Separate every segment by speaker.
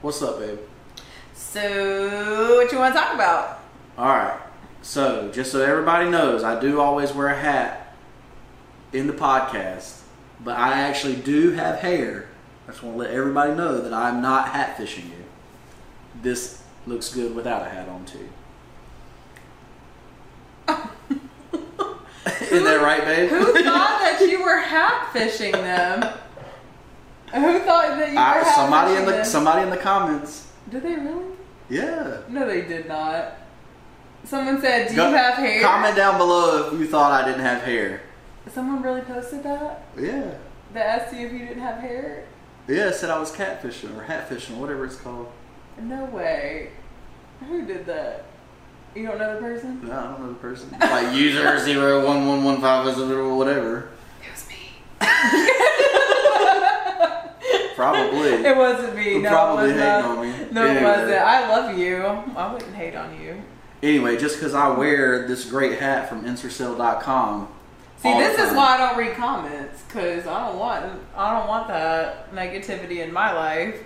Speaker 1: What's up, babe?
Speaker 2: So, what you want to talk about?
Speaker 1: All right. So, just so everybody knows, I do always wear a hat in the podcast, but I actually do have hair. I just want to let everybody know that I'm not hat fishing you. This looks good without a hat on, too. Isn't that right, babe?
Speaker 2: Who thought that you were hat fishing them? Who thought that you were
Speaker 1: I,
Speaker 2: hat
Speaker 1: Ah, somebody in
Speaker 2: fishing
Speaker 1: the
Speaker 2: them?
Speaker 1: somebody in the comments.
Speaker 2: Did they really?
Speaker 1: Yeah.
Speaker 2: No, they did not. Someone said, "Do
Speaker 1: Go-
Speaker 2: you have hair?"
Speaker 1: Comment down below if you thought I didn't have hair.
Speaker 2: Someone really posted that.
Speaker 1: Yeah.
Speaker 2: They asked you if you didn't have hair.
Speaker 1: Yeah, it said I was catfishing or hatfishing or whatever it's called.
Speaker 2: No way. Who did that? You don't know the person?
Speaker 1: No, I don't know the person. Like user zero one one one five zero whatever.
Speaker 2: It was me.
Speaker 1: Probably.
Speaker 2: It wasn't me.
Speaker 1: Who
Speaker 2: no,
Speaker 1: probably
Speaker 2: it
Speaker 1: hating
Speaker 2: was not.
Speaker 1: on me.
Speaker 2: No,
Speaker 1: Anyway.
Speaker 2: it wasn't. I love you. I wouldn't hate on you.
Speaker 1: Anyway, just because I wear this great hat from Intercell.com.
Speaker 2: See,
Speaker 1: all the
Speaker 2: this is
Speaker 1: time.
Speaker 2: why I don't read comments because I don't want I don't want that negativity in my life.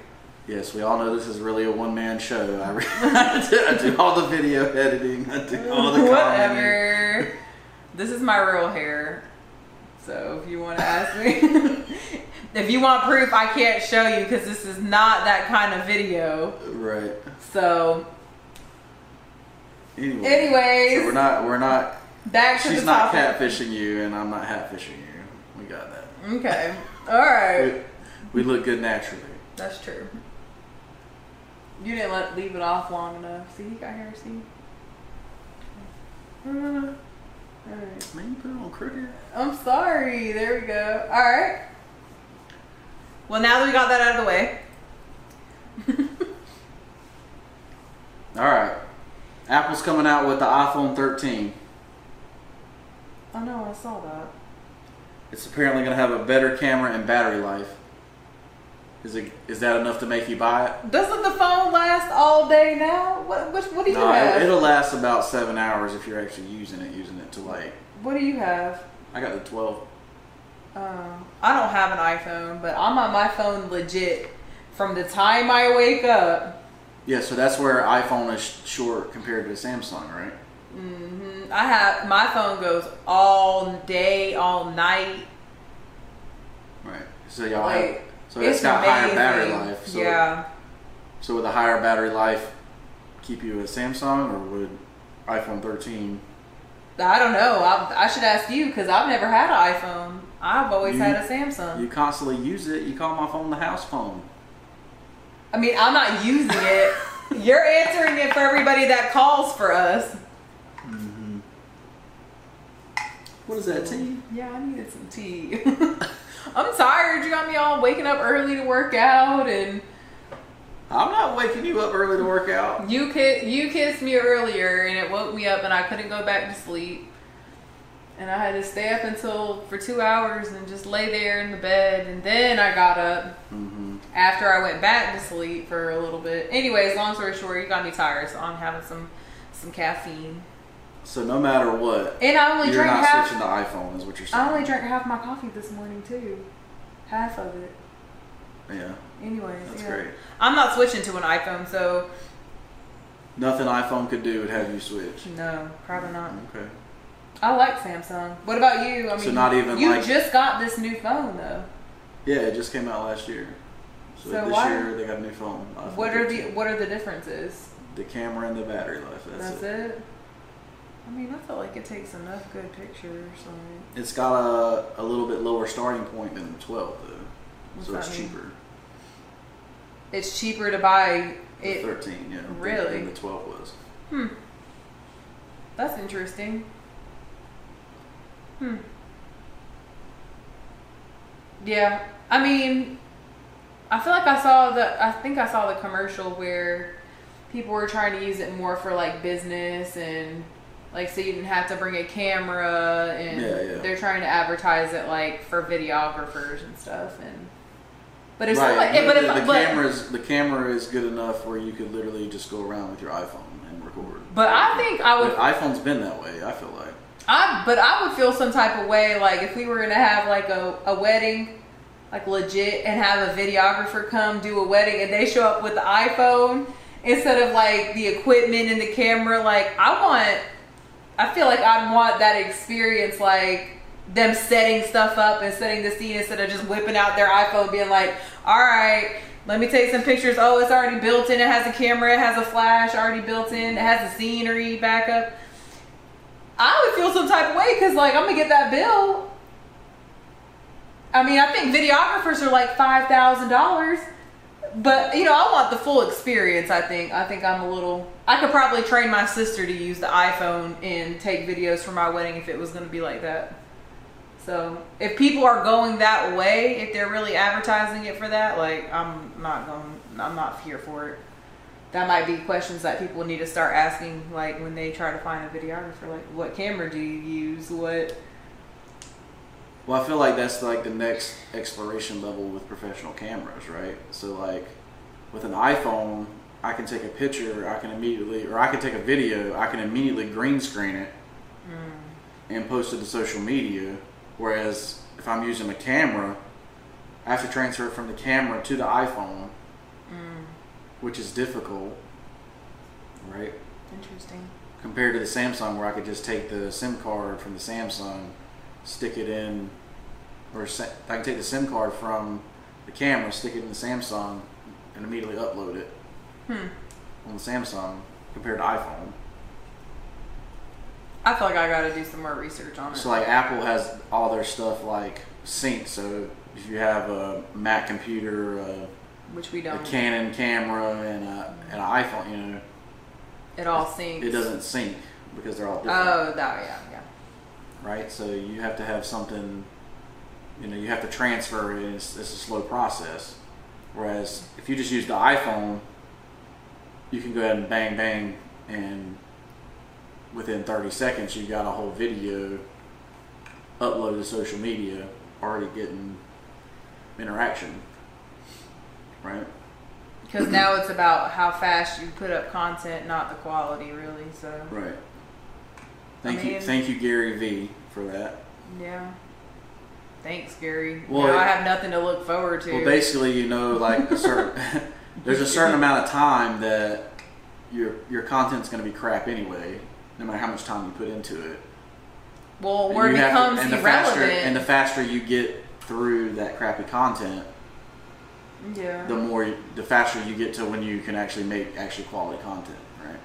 Speaker 1: Yes, we all know this is really a one man show. I, re- I, do, I do all the video editing, I do all the commenting.
Speaker 2: Whatever. this is my real hair. So if you want to ask me, if you want proof, I can't show you because this is not that kind of video.
Speaker 1: Right.
Speaker 2: So,
Speaker 1: Anyway.
Speaker 2: anyways,
Speaker 1: So we're not, we're not,
Speaker 2: back to
Speaker 1: she's
Speaker 2: the
Speaker 1: not
Speaker 2: topic.
Speaker 1: catfishing you and I'm not hatfishing you. We got that.
Speaker 2: Okay. All right.
Speaker 1: We, we look good naturally.
Speaker 2: That's true. You didn't let leave it off long enough. See, you got hair. See. Uh, all right.
Speaker 1: Man, you put it on crooked.
Speaker 2: I'm sorry. There we go. All right. Well, now that we got that out of the way,
Speaker 1: All right. Apple's coming out with the iPhone 13.
Speaker 2: I know I saw that.
Speaker 1: It's apparently going to have a better camera and battery life. Is it? Is that enough to make you buy it?
Speaker 2: Doesn't the phone last all day now? What what, what do you
Speaker 1: No,
Speaker 2: have?
Speaker 1: it, will last about seven hours if you're actually using it. Using it to like,
Speaker 2: what do you have?
Speaker 1: I got the 12.
Speaker 2: Um, I don't have an iPhone, but I'm on my phone legit from the time I wake up.
Speaker 1: Yeah, so that's where iPhone is short compared to Samsung, right?
Speaker 2: hmm I have my phone goes all day, all night.
Speaker 1: Right. So y'all, have,
Speaker 2: Like,
Speaker 1: so it's got higher battery life. So,
Speaker 2: yeah,
Speaker 1: So with a higher battery life, keep you a Samsung or would iPhone 13?
Speaker 2: I don't know. I, I should ask you because I've never had an iPhone. I've always
Speaker 1: You-
Speaker 2: had a Samsung.
Speaker 1: You constantly use it. You call my phone the house phone.
Speaker 2: I mean, I'm not using it. You're answering it for everybody that calls for us.
Speaker 1: What is that, T?
Speaker 2: Yeah, I needed some tea. I'm tired. You got me all waking up early to work out, and
Speaker 1: I'm not waking you up early to work out.
Speaker 2: you ki- you kissed me earlier, and it woke me up, and I couldn't go back to sleep. And I had to stay up until for two hours and just lay there in the bed, and then I got up
Speaker 1: Mm-hmm.
Speaker 2: after I went back to sleep for a little bit. Anyways, long story short, you got me tired, so I'm having some some caffeine.
Speaker 1: So no matter what,
Speaker 2: And I only
Speaker 1: you're
Speaker 2: drank
Speaker 1: not
Speaker 2: half.
Speaker 1: switching to iPhone, is what you're saying.
Speaker 2: I only drank half my coffee this morning too. Half of it.
Speaker 1: yeah,
Speaker 2: Anyways,
Speaker 1: that's
Speaker 2: yeah.
Speaker 1: great.
Speaker 2: I'm not switching to an iPhone, so
Speaker 1: Nothing iPhone could do would have you switch.
Speaker 2: no, probably not.
Speaker 1: Okay.
Speaker 2: I like Samsung. What about you? I mean,
Speaker 1: So not even
Speaker 2: you
Speaker 1: like-
Speaker 2: just got this new phone though.
Speaker 1: Yeah, it just came out last year. So,
Speaker 2: So
Speaker 1: this
Speaker 2: why-
Speaker 1: year they got a new phone. iPhone
Speaker 2: What are the
Speaker 1: 13.
Speaker 2: what are the differences?
Speaker 1: the camera and the battery life? That's,
Speaker 2: That's
Speaker 1: it.
Speaker 2: it. I mean, I feel like it takes enough good pictures. Like,
Speaker 1: It's got a a little bit lower starting point than the 12 though,
Speaker 2: what's
Speaker 1: so
Speaker 2: that
Speaker 1: it's
Speaker 2: mean?
Speaker 1: cheaper.
Speaker 2: It's cheaper to buy
Speaker 1: The
Speaker 2: it.
Speaker 1: 13, yeah, than-
Speaker 2: Really?
Speaker 1: than the 12 was.
Speaker 2: Hmm. That's interesting. Hmm. Yeah, I mean, I feel like I saw the. I think I saw the commercial where people were trying to use it more for like business and like so you didn't have to bring a camera and
Speaker 1: Yeah, yeah.
Speaker 2: they're trying to advertise it like for videographers and stuff and. But if
Speaker 1: right.
Speaker 2: somebody, but
Speaker 1: the,
Speaker 2: if
Speaker 1: the
Speaker 2: but,
Speaker 1: camera's the camera is good enough where you could literally just go around with your iPhone and record.
Speaker 2: but I think I would
Speaker 1: But iPhone's been that way. I feel like
Speaker 2: I but I would feel some type of way like if we were gonna have like a, a wedding like legit and have a videographer come do a wedding and they show up with the iPhone instead of like the equipment and the camera. Like I want, I feel like I want that experience, like them setting stuff up and setting the scene instead of just whipping out their iPhone being like, all right. Let me take some pictures. Oh, it's already built in. It has a camera. It has a flash already built in. It has a scenery backup. I would feel some type of way because, like, I'm gonna get that bill. I mean, I think videographers are like five thousand dollars, but you know, I want the full experience. I think. I think I'm a little. I could probably train my sister to use the iPhone and take videos for my wedding if it was gonna be like that. So, if people are going that way, if they're really advertising it for that, like, I'm not going. I'm not here for it. That might be questions that people need to start asking, like when they try to find a videographer, like what camera do you use? What
Speaker 1: Well, I feel like that's like the next exploration level with professional cameras, right? So like with an iPhone, I can take a picture, I can immediately, or I can take a video, I can immediately green screen it and post it to social media. Whereas if I'm using a camera, I have to transfer it from the camera to the iPhone, which is difficult, right?
Speaker 2: interesting.
Speaker 1: compared to the Samsung, where I could just take the SIM card from the Samsung, stick it in, or sa- I can take the SIM card from the camera, stick it in the Samsung, and immediately upload it
Speaker 2: Hmm.
Speaker 1: on the Samsung compared to iPhone.
Speaker 2: I feel like I gotta do some more research on it.
Speaker 1: So like Apple has all their stuff like synced. So if you have a Mac computer, a,
Speaker 2: which we
Speaker 1: a
Speaker 2: don't
Speaker 1: Canon camera, and, a, and an iPhone, you know,
Speaker 2: It all syncs.
Speaker 1: it doesn't sync because they're all different.
Speaker 2: Oh, that yeah, yeah.
Speaker 1: right? So you have to have something, you know, you have to transfer it. and It's, it's a slow process. Whereas if you just use the iPhone, you can go ahead and bang bang, and within 30 seconds you got a whole video uploaded to social media, already getting interaction, right?
Speaker 2: Because now it's about how fast you put up content, not the quality, really. So
Speaker 1: Right. Thank you,
Speaker 2: mean-
Speaker 1: thank you, Gary V, for that.
Speaker 2: yeah. Thanks, Gary.
Speaker 1: Well,
Speaker 2: now
Speaker 1: it-
Speaker 2: I have nothing to look forward to.
Speaker 1: Well, basically, you know, like a certain, there's a certain amount of time that your your content's going to be crap anyway, no matter how much time you put into it.
Speaker 2: well,
Speaker 1: And
Speaker 2: where
Speaker 1: you
Speaker 2: it
Speaker 1: have to-
Speaker 2: becomes
Speaker 1: and the
Speaker 2: irrelevant.
Speaker 1: faster and the faster you get through that crappy content,
Speaker 2: yeah.
Speaker 1: the more you- the faster you get to when you can actually make actually quality content, right?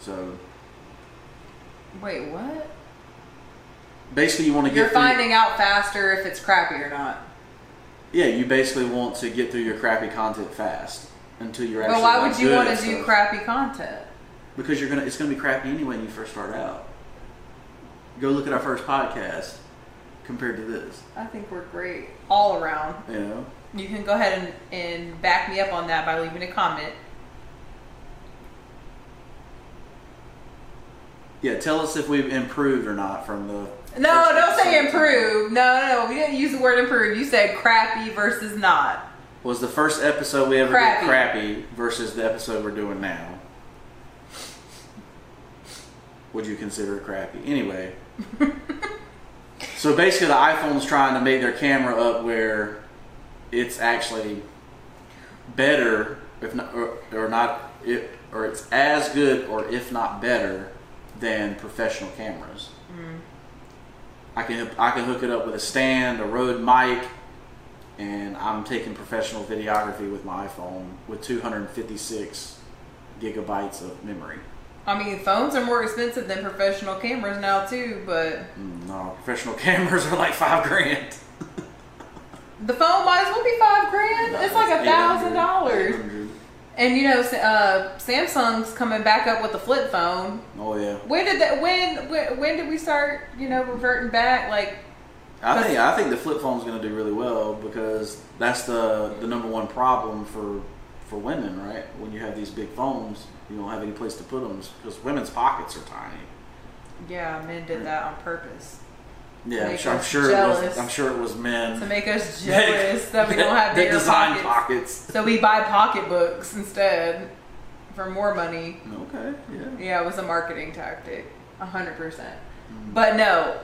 Speaker 1: So
Speaker 2: Wait, what?
Speaker 1: basically, you want to
Speaker 2: You're
Speaker 1: get through-
Speaker 2: finding out faster if it's crappy or not.
Speaker 1: yeah, you basically want to get through your crappy content fast until you're actually.
Speaker 2: But why
Speaker 1: like,
Speaker 2: would you
Speaker 1: good
Speaker 2: want
Speaker 1: at
Speaker 2: to do
Speaker 1: stuff.
Speaker 2: crappy content?
Speaker 1: Because you're gonna, it's gonna be crappy anyway when you first start out. Go look at our first podcast compared to this.
Speaker 2: I think we're great all around.
Speaker 1: You know,
Speaker 2: You can go ahead and, and back me up on that by leaving a comment.
Speaker 1: yeah. Tell us if we've improved or not from the.
Speaker 2: No,
Speaker 1: first
Speaker 2: don't say
Speaker 1: episode.
Speaker 2: improve. No, no, no. We didn't use the word improve. You said crappy versus not.
Speaker 1: Was the first episode we ever
Speaker 2: Crappy.
Speaker 1: did crappy versus the episode we're doing now? Would you consider it crappy anyway? so basically, the iPhone's trying to make their camera up where it's actually better, if not, or, or not, it, or it's as good, or if not better, than professional cameras. I can I can hook it up with a stand, a Rode mic, and I'm taking professional videography with my iPhone with 256 gigabytes of memory.
Speaker 2: I mean, phones are more expensive than professional cameras now too, but
Speaker 1: Mm, No, professional cameras are like five grand.
Speaker 2: the phone might as well be five grand. it's like a thousand dollars. And you know, uh, Samsung's coming back up with the flip phone.
Speaker 1: Oh yeah,
Speaker 2: When did that? When, when when did we start? You know, reverting back like
Speaker 1: I think I think the flip phone's going to do really well because that's the the number one problem for for women, right? When you have these big phones, you don't have any place to put them because women's pockets are tiny.
Speaker 2: Yeah, men did that on purpose
Speaker 1: Yeah, I'm
Speaker 2: Make
Speaker 1: sure, I'm
Speaker 2: us
Speaker 1: sure it was.
Speaker 2: jealous.
Speaker 1: I'm sure it was men.
Speaker 2: to make us jealous that we don't have
Speaker 1: the
Speaker 2: bigger
Speaker 1: design
Speaker 2: pockets.
Speaker 1: pockets.
Speaker 2: So we buy pocketbooks instead for more money.
Speaker 1: Okay, yeah. Mm.
Speaker 2: Yeah, it was a marketing tactic, hundred percent. But no,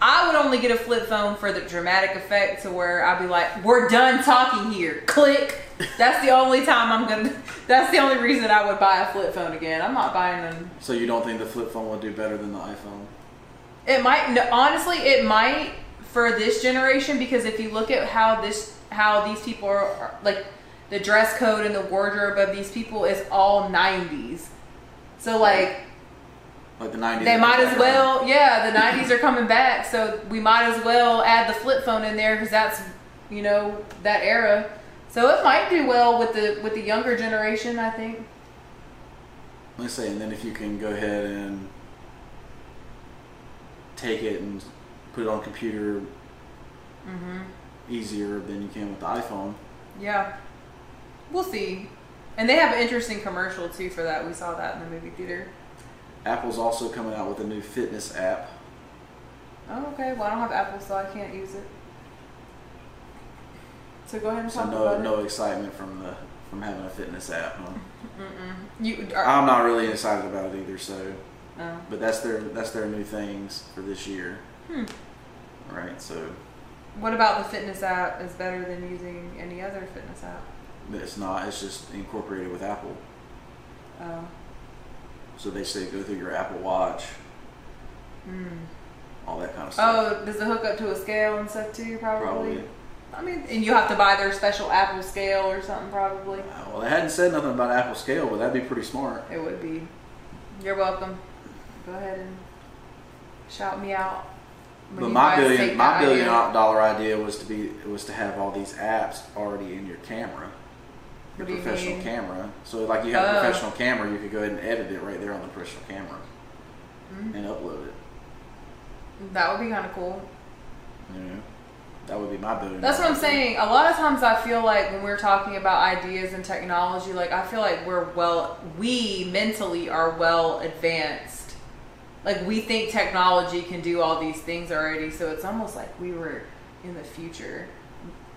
Speaker 2: I would only get a flip phone for the dramatic effect to where I'd be like, we're done talking here. Click. That's the only time I'm gonna. That's the only reason I would buy a flip phone again. I'm not buying them.
Speaker 1: So you don't think the flip phone will do better than the iPhone?
Speaker 2: It might. No, honestly, it might for this generation because if you look at how this, how these people are, are like, the dress code and the wardrobe of these people is all 90s. So like.
Speaker 1: Like the 90s.
Speaker 2: They
Speaker 1: are
Speaker 2: might
Speaker 1: coming
Speaker 2: as
Speaker 1: back
Speaker 2: well, yeah. The '90s are coming back, so we might as well add the flip phone in there because that's, you know, that era. So it might do well with the with the younger generation, I think.
Speaker 1: around. Let's say, and then if you can go ahead and take it and put it on computer
Speaker 2: hmm
Speaker 1: easier than you can with the iPhone.
Speaker 2: Yeah, we'll see. And they have an interesting commercial too for that. We saw that in the movie theater.
Speaker 1: Apple's also coming out with a new fitness app.
Speaker 2: Oh, okay. Well, I don't have Apple, so I can't use it. So go ahead and
Speaker 1: So
Speaker 2: talk
Speaker 1: no
Speaker 2: about
Speaker 1: no excitement from the from having a fitness app. Huh?
Speaker 2: it. Mm-mm. You are,
Speaker 1: I'm not really excited about it either. So,
Speaker 2: no.
Speaker 1: but that's their that's their new things for this year.
Speaker 2: Hmm.
Speaker 1: Right. So
Speaker 2: What about the fitness app is better than using any other fitness app?
Speaker 1: it's not. It's just incorporated with Apple.
Speaker 2: Oh.
Speaker 1: So they say go through your Apple Watch,
Speaker 2: Mm.
Speaker 1: all that kind of stuff.
Speaker 2: Oh, does it hook up to a scale and stuff too? Oh, Probably.
Speaker 1: probably.
Speaker 2: I mean, and you have to buy their special Apple scale or something. Probably.
Speaker 1: Uh, Well, they hadn't said nothing about Apple Scale, but that'd be pretty smart.
Speaker 2: It would be. You're welcome. Go ahead and shout me out. when
Speaker 1: But
Speaker 2: you
Speaker 1: my
Speaker 2: guys
Speaker 1: billion
Speaker 2: take
Speaker 1: my
Speaker 2: that
Speaker 1: billion
Speaker 2: idea.
Speaker 1: dollar idea was to be was to have all these apps already in your camera, your
Speaker 2: What do you
Speaker 1: professional
Speaker 2: mean?
Speaker 1: camera. So like you have a
Speaker 2: Oh.
Speaker 1: professional camera, you could go ahead and edit it right there on the professional camera
Speaker 2: Mm.
Speaker 1: and upload it.
Speaker 2: That would be kind of cool.
Speaker 1: You know, that would be my billion.
Speaker 2: That's what
Speaker 1: dollar
Speaker 2: I'm
Speaker 1: idea.
Speaker 2: saying. A lot of times I feel like when we're talking about ideas and technology, like I feel like we're well, we mentally are well advanced. Like we think technology can do all these things already. So it's almost like we were in the future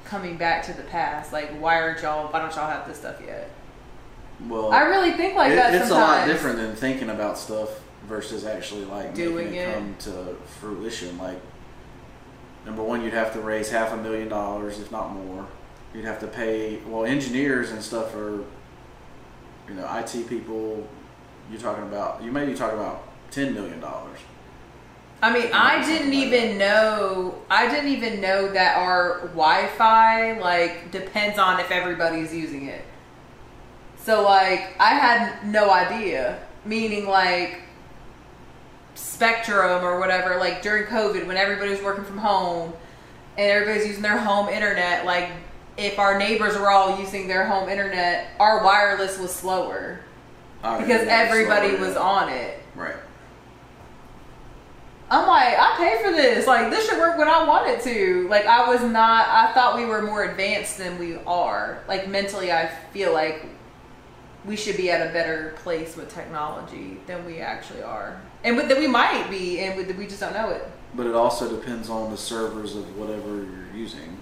Speaker 2: coming back to the past. Like, why aren't y'all, why don't y'all have this stuff yet?
Speaker 1: Well,
Speaker 2: I really think like
Speaker 1: it-
Speaker 2: that
Speaker 1: it's a lot
Speaker 2: sometimes.
Speaker 1: different than thinking about stuff versus actually like
Speaker 2: Doing
Speaker 1: making it,
Speaker 2: it.
Speaker 1: come to fruition. Like number one, you'd have to raise half a million dollars, if not more. You'd have to pay well engineers and stuff are you know IT people. You're talking about you may be talking about ten million dollars.
Speaker 2: I mean, I didn't even know. I didn't even know that our Wi-Fi like depends on if everybody's using it. So like, I had no idea. Meaning like Spectrum or whatever. Like during COVID, when everybody was working from home and everybody's using their home internet, like if our neighbors were all using their home internet, our wireless was slower because everybody was on it.
Speaker 1: right.
Speaker 2: I'm like, I pay for this. Like, this should work when I want it to. Like, I was not, I thought we were more advanced than we are. Like, mentally, I feel like we should be at a better place with technology than we actually are. And with, that we might be, and with, we just don't know it.
Speaker 1: But it also depends on the servers of whatever you're using.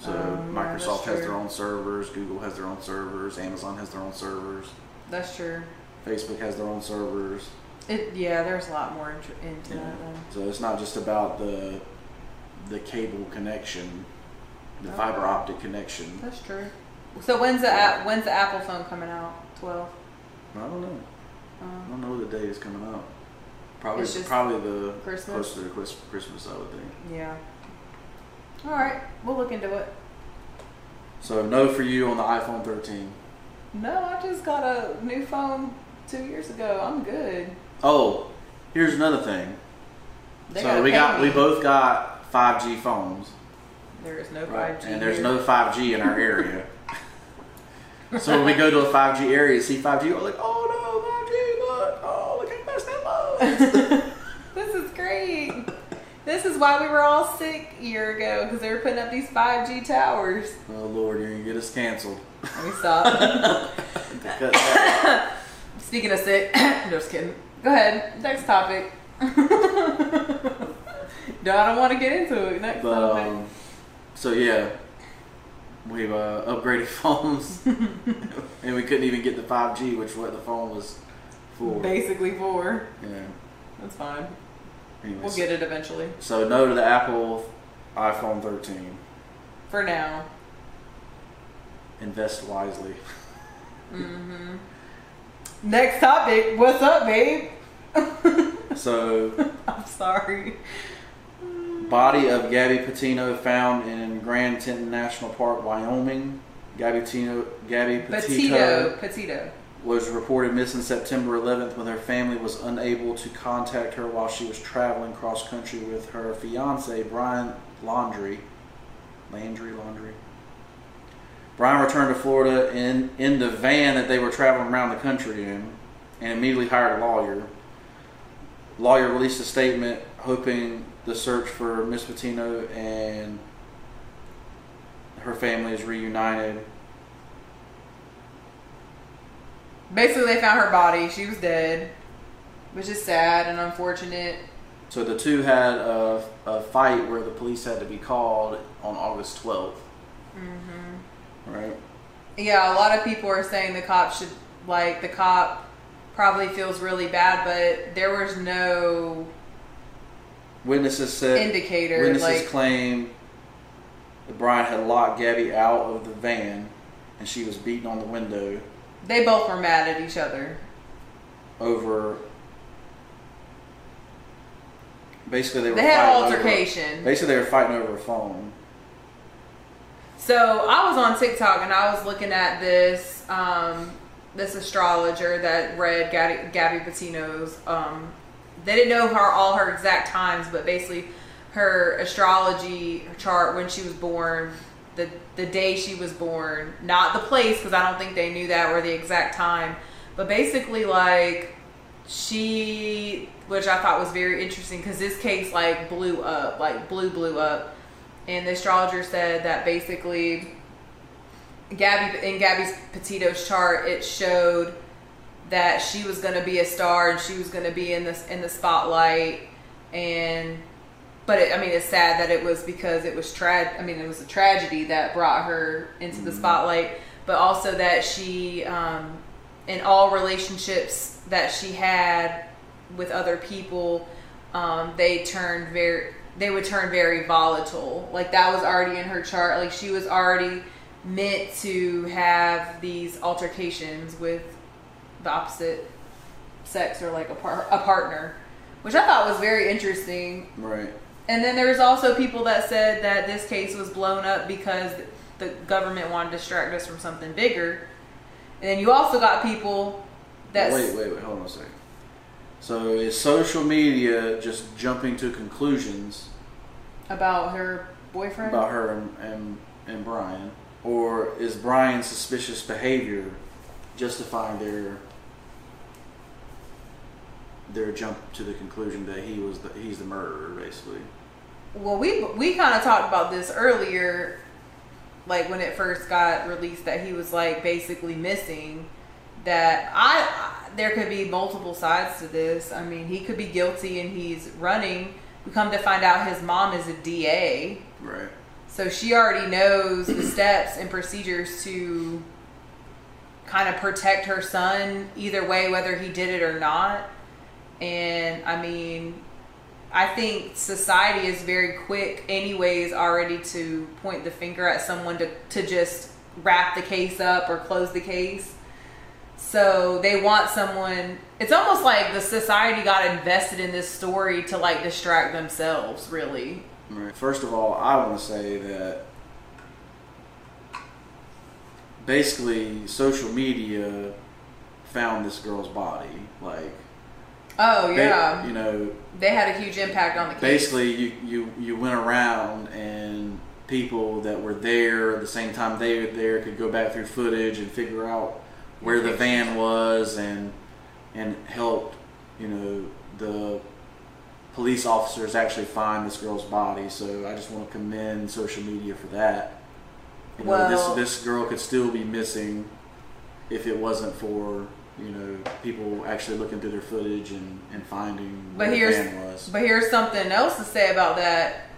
Speaker 1: So
Speaker 2: Um, yeah, that's
Speaker 1: Microsoft has their
Speaker 2: true.
Speaker 1: own servers, Google has their own servers, Amazon has their own servers,
Speaker 2: That's true.
Speaker 1: Facebook has their own servers.
Speaker 2: It, yeah, there's a lot more into, into
Speaker 1: Yeah.
Speaker 2: that. Than,
Speaker 1: So it's not just about the the cable connection, the
Speaker 2: Okay.
Speaker 1: fiber optic connection.
Speaker 2: that's true. So when's the app, when's the Apple phone coming out? Twelve.
Speaker 1: I don't know. I
Speaker 2: Um,
Speaker 1: don't know the day is coming out. Probably
Speaker 2: It's just
Speaker 1: probably the
Speaker 2: Christmas?
Speaker 1: closer to Chris- Christmas, I would think.
Speaker 2: yeah. All right, we'll look into it.
Speaker 1: So no for you on the iPhone 13.
Speaker 2: No, I just got a new phone two years ago. I'm good.
Speaker 1: Oh, here's another thing.
Speaker 2: They
Speaker 1: so
Speaker 2: gotta
Speaker 1: we
Speaker 2: pay
Speaker 1: got
Speaker 2: me.
Speaker 1: we both got 5G phones.
Speaker 2: There is no
Speaker 1: Right.
Speaker 2: 5G.
Speaker 1: And there's
Speaker 2: here.
Speaker 1: no 5G in our area. so when we go to a 5G area, see 5G, we're like, oh no, 5G, look, oh, look how fast that loads.
Speaker 2: This is great. this is why we were all sick a year ago because they were putting up these 5G towers.
Speaker 1: oh Lord, you're gonna get us canceled.
Speaker 2: Let me stop.
Speaker 1: Cut that.
Speaker 2: Speaking of sick, just kidding. Go ahead. Next topic. no, I don't want to get into it. Next
Speaker 1: but
Speaker 2: topic.
Speaker 1: um, so yeah, we've uh, upgraded phones, and we couldn't even get the 5G, which what the phone was for.
Speaker 2: Basically four.
Speaker 1: Yeah.
Speaker 2: That's fine.
Speaker 1: Anyways,
Speaker 2: We'll get it eventually.
Speaker 1: So no to the Apple iPhone 13.
Speaker 2: For now.
Speaker 1: Invest wisely.
Speaker 2: hmm Next topic. What's up, babe?
Speaker 1: So
Speaker 2: I'm sorry.
Speaker 1: body of Gabby Patino found in Grand Teton National Park, Wyoming. Gabby Tino, Gabby
Speaker 2: Petito. Petito.
Speaker 1: was reported missing September 11th when her family was unable to contact her while she was traveling cross country with her fiance Brian Laundry. Landry Laundry. Brian returned to Florida in in the van that they were traveling around the country in, and immediately hired a lawyer. Lawyer released a statement hoping the search for Miss Patino and her family is reunited.
Speaker 2: Basically, they found her body. She was dead, which is sad and unfortunate.
Speaker 1: So the two had a, a fight where the police had to be called on August 12th,
Speaker 2: hmm
Speaker 1: right?
Speaker 2: Yeah, a lot of people are saying the cop should like the cop probably feels really bad, but there was no
Speaker 1: Witnesses said
Speaker 2: indicator.
Speaker 1: witnesses
Speaker 2: like,
Speaker 1: claim that Brian had locked Gabby out of the van and she was beaten on the window
Speaker 2: they both were mad at each other.
Speaker 1: over. Basically, they
Speaker 2: They,
Speaker 1: were
Speaker 2: had an
Speaker 1: fighting
Speaker 2: altercation.
Speaker 1: Over, basically, they were fighting over a phone.
Speaker 2: So I was on TikTok and I was looking at this um, this astrologer that read Gabby, Gabby Patino's. Um, they didn't know her all her exact times, but basically her astrology chart when she was born, the the day she was born, not the place because I don't think they knew that or the exact time, but basically like she which i thought was very interesting because this case like blew up like blew blew up and the astrologer said that basically gabby in gabby's petito's chart it showed that she was going to be a star and she was going to be in this in the spotlight and but it, i mean it's sad that it was because it was tra- i mean it was a tragedy that brought her into the spotlight but also that she um, in all relationships that she had with other people, um, they turned very they would turn very volatile. Like that was already in her chart. Like she was already meant to have these altercations with the opposite sex or like a par- a partner, which I thought was very interesting.
Speaker 1: Right.
Speaker 2: And then there was also people that said that this case was blown up because the government wanted to distract us from something bigger. And then you also got people that
Speaker 1: Wait, wait, wait. Hold on a second. So is social media just jumping to conclusions?
Speaker 2: about her boyfriend.
Speaker 1: about her and, and and Brian, or is Brian's suspicious behavior justifying their their jump to the conclusion that he was the, he's the murderer, basically?
Speaker 2: Well, we we kind of talked about this earlier, like when it first got released that he was like basically missing. That I I- there could be multiple sides to this. I mean, he could be guilty and he's running. We come to find out his mom is a DA.
Speaker 1: Right.
Speaker 2: So she already knows the steps and procedures to kind of protect her son, either way, whether he did it or not. And I mean, I think society is very quick, anyways, already to point the finger at someone to, to just wrap the case up or close the case. So they want someone. It's almost like the society got invested in this story to like distract themselves, really.
Speaker 1: Right. First of all, I want to say that basically social media found this girl's body. Like,
Speaker 2: Oh,
Speaker 1: they-
Speaker 2: yeah.
Speaker 1: you know,
Speaker 2: they had a huge impact on the case.
Speaker 1: basically you, you you went around and people that were there at the same time they were there could go back through footage and figure out where the van was and and helped you know the police officers actually find this girl's body so i just want to commend social media for that you know,
Speaker 2: Well-
Speaker 1: this this girl could still be missing if it wasn't for you know people actually looking through their footage and, and finding
Speaker 2: But
Speaker 1: where
Speaker 2: here's-
Speaker 1: the van was
Speaker 2: But here's something else to say about that.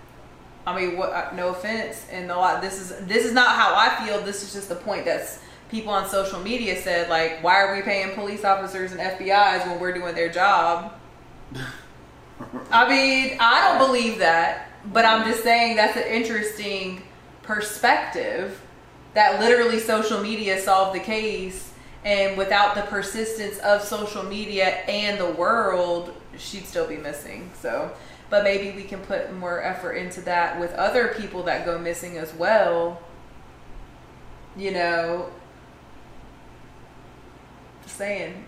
Speaker 2: I mean, what, uh, no offense, and a lot. This is this is not how I feel. This is just the point that's people on social media said like, why are we paying police officers and FBI's when we're doing their job? I mean, I don't believe that, but I'm just saying that's an interesting perspective that literally social media solved the case and without the persistence of social media and the world, she'd still be missing. So, but maybe we can put more effort into that with other people that go missing as well. You know, just saying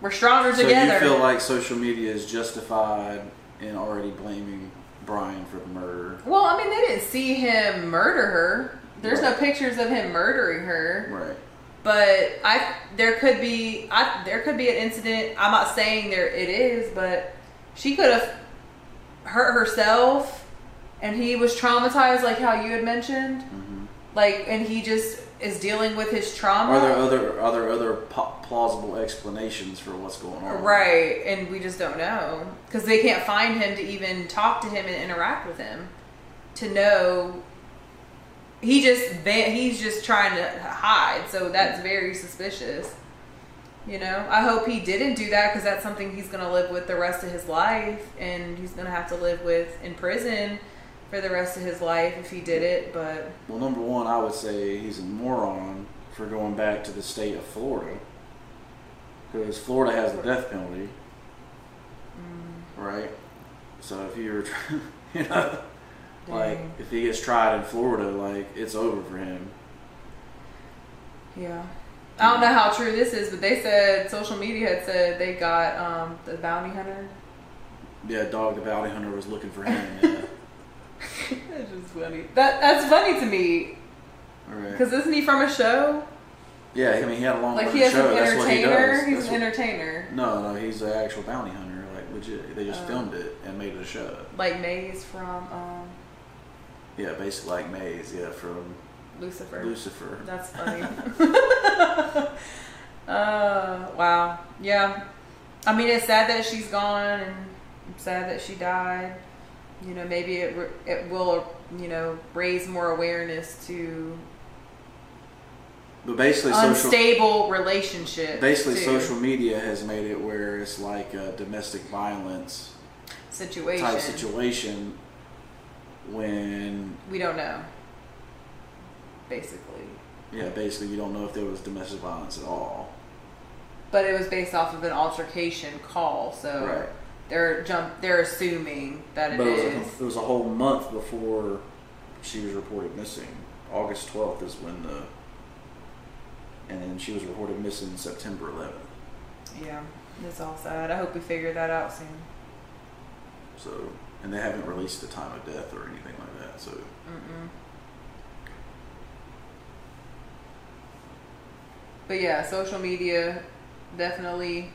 Speaker 2: we're stronger
Speaker 1: So
Speaker 2: together.
Speaker 1: you feel like social media is justified in already blaming Brian for the murder?
Speaker 2: Well, I mean, they didn't see him murder her. There's no
Speaker 1: Right.
Speaker 2: pictures of him murdering her,
Speaker 1: Right.
Speaker 2: but I there could be I there could be an incident. I'm not saying there it is, but she could have hurt herself, and he was traumatized, like how you had mentioned,
Speaker 1: hmm
Speaker 2: like, and he just is dealing with his trauma.
Speaker 1: Are there other are there other po- plausible explanations for what's going on?
Speaker 2: Right, and we just don't know because they can't find him to even talk to him and interact with him to know. He just va- he's just trying to hide, so that's very suspicious. You know, I hope he didn't do that because that's something he's gonna live with the rest of his life, and he's gonna have to live with in prison for the rest of his life if he did it. But
Speaker 1: Well, number one, I would say he's a moron for going back to the state of Florida because Florida has the death penalty,
Speaker 2: Mm.
Speaker 1: right? So if you were, trying, you know, like
Speaker 2: Dang.
Speaker 1: if he gets tried in Florida, like it's over for him.
Speaker 2: Yeah. I don't know how true this is, but they said social media had said they got um, the bounty hunter.
Speaker 1: Yeah, dog the bounty hunter was looking for him. Yeah.
Speaker 2: that's just funny. That that's funny to me
Speaker 1: All right.
Speaker 2: because isn't he from a show?
Speaker 1: Yeah, I mean, he had a long
Speaker 2: Like
Speaker 1: running
Speaker 2: he is
Speaker 1: show.
Speaker 2: an
Speaker 1: That's what he
Speaker 2: entertainer.
Speaker 1: does.
Speaker 2: He's
Speaker 1: That's
Speaker 2: an
Speaker 1: what-
Speaker 2: entertainer.
Speaker 1: no, no, he's an actual bounty hunter. Like legit, they just
Speaker 2: Oh.
Speaker 1: filmed it and made it a show.
Speaker 2: Like Maze from um,
Speaker 1: Yeah, basically like Maze. Yeah, from
Speaker 2: Lucifer.
Speaker 1: Lucifer.
Speaker 2: That's funny. uh, wow. Yeah. I mean, it's sad that she's gone, and I'm sad that she died. You know, maybe it re- it will you know raise more awareness to
Speaker 1: But basically, social
Speaker 2: unstable relationships.
Speaker 1: basically
Speaker 2: too.
Speaker 1: social media has made it where it's like a domestic violence
Speaker 2: situation.
Speaker 1: type situation. When
Speaker 2: We don't know. Basically,
Speaker 1: yeah, basically you don't know if there was domestic violence at all.
Speaker 2: but it was based off of an altercation call, so
Speaker 1: Right.
Speaker 2: they're jump. They're assuming that
Speaker 1: But
Speaker 2: it
Speaker 1: it was,
Speaker 2: is.
Speaker 1: a, it was a whole month before she was reported missing. August 12th is when the. And then she was reported missing September 11th.
Speaker 2: yeah, it's all sad. I hope we figure that out soon.
Speaker 1: So. And they haven't released the time of death or anything like that. So.
Speaker 2: Mm-mm. But yeah, social media definitely.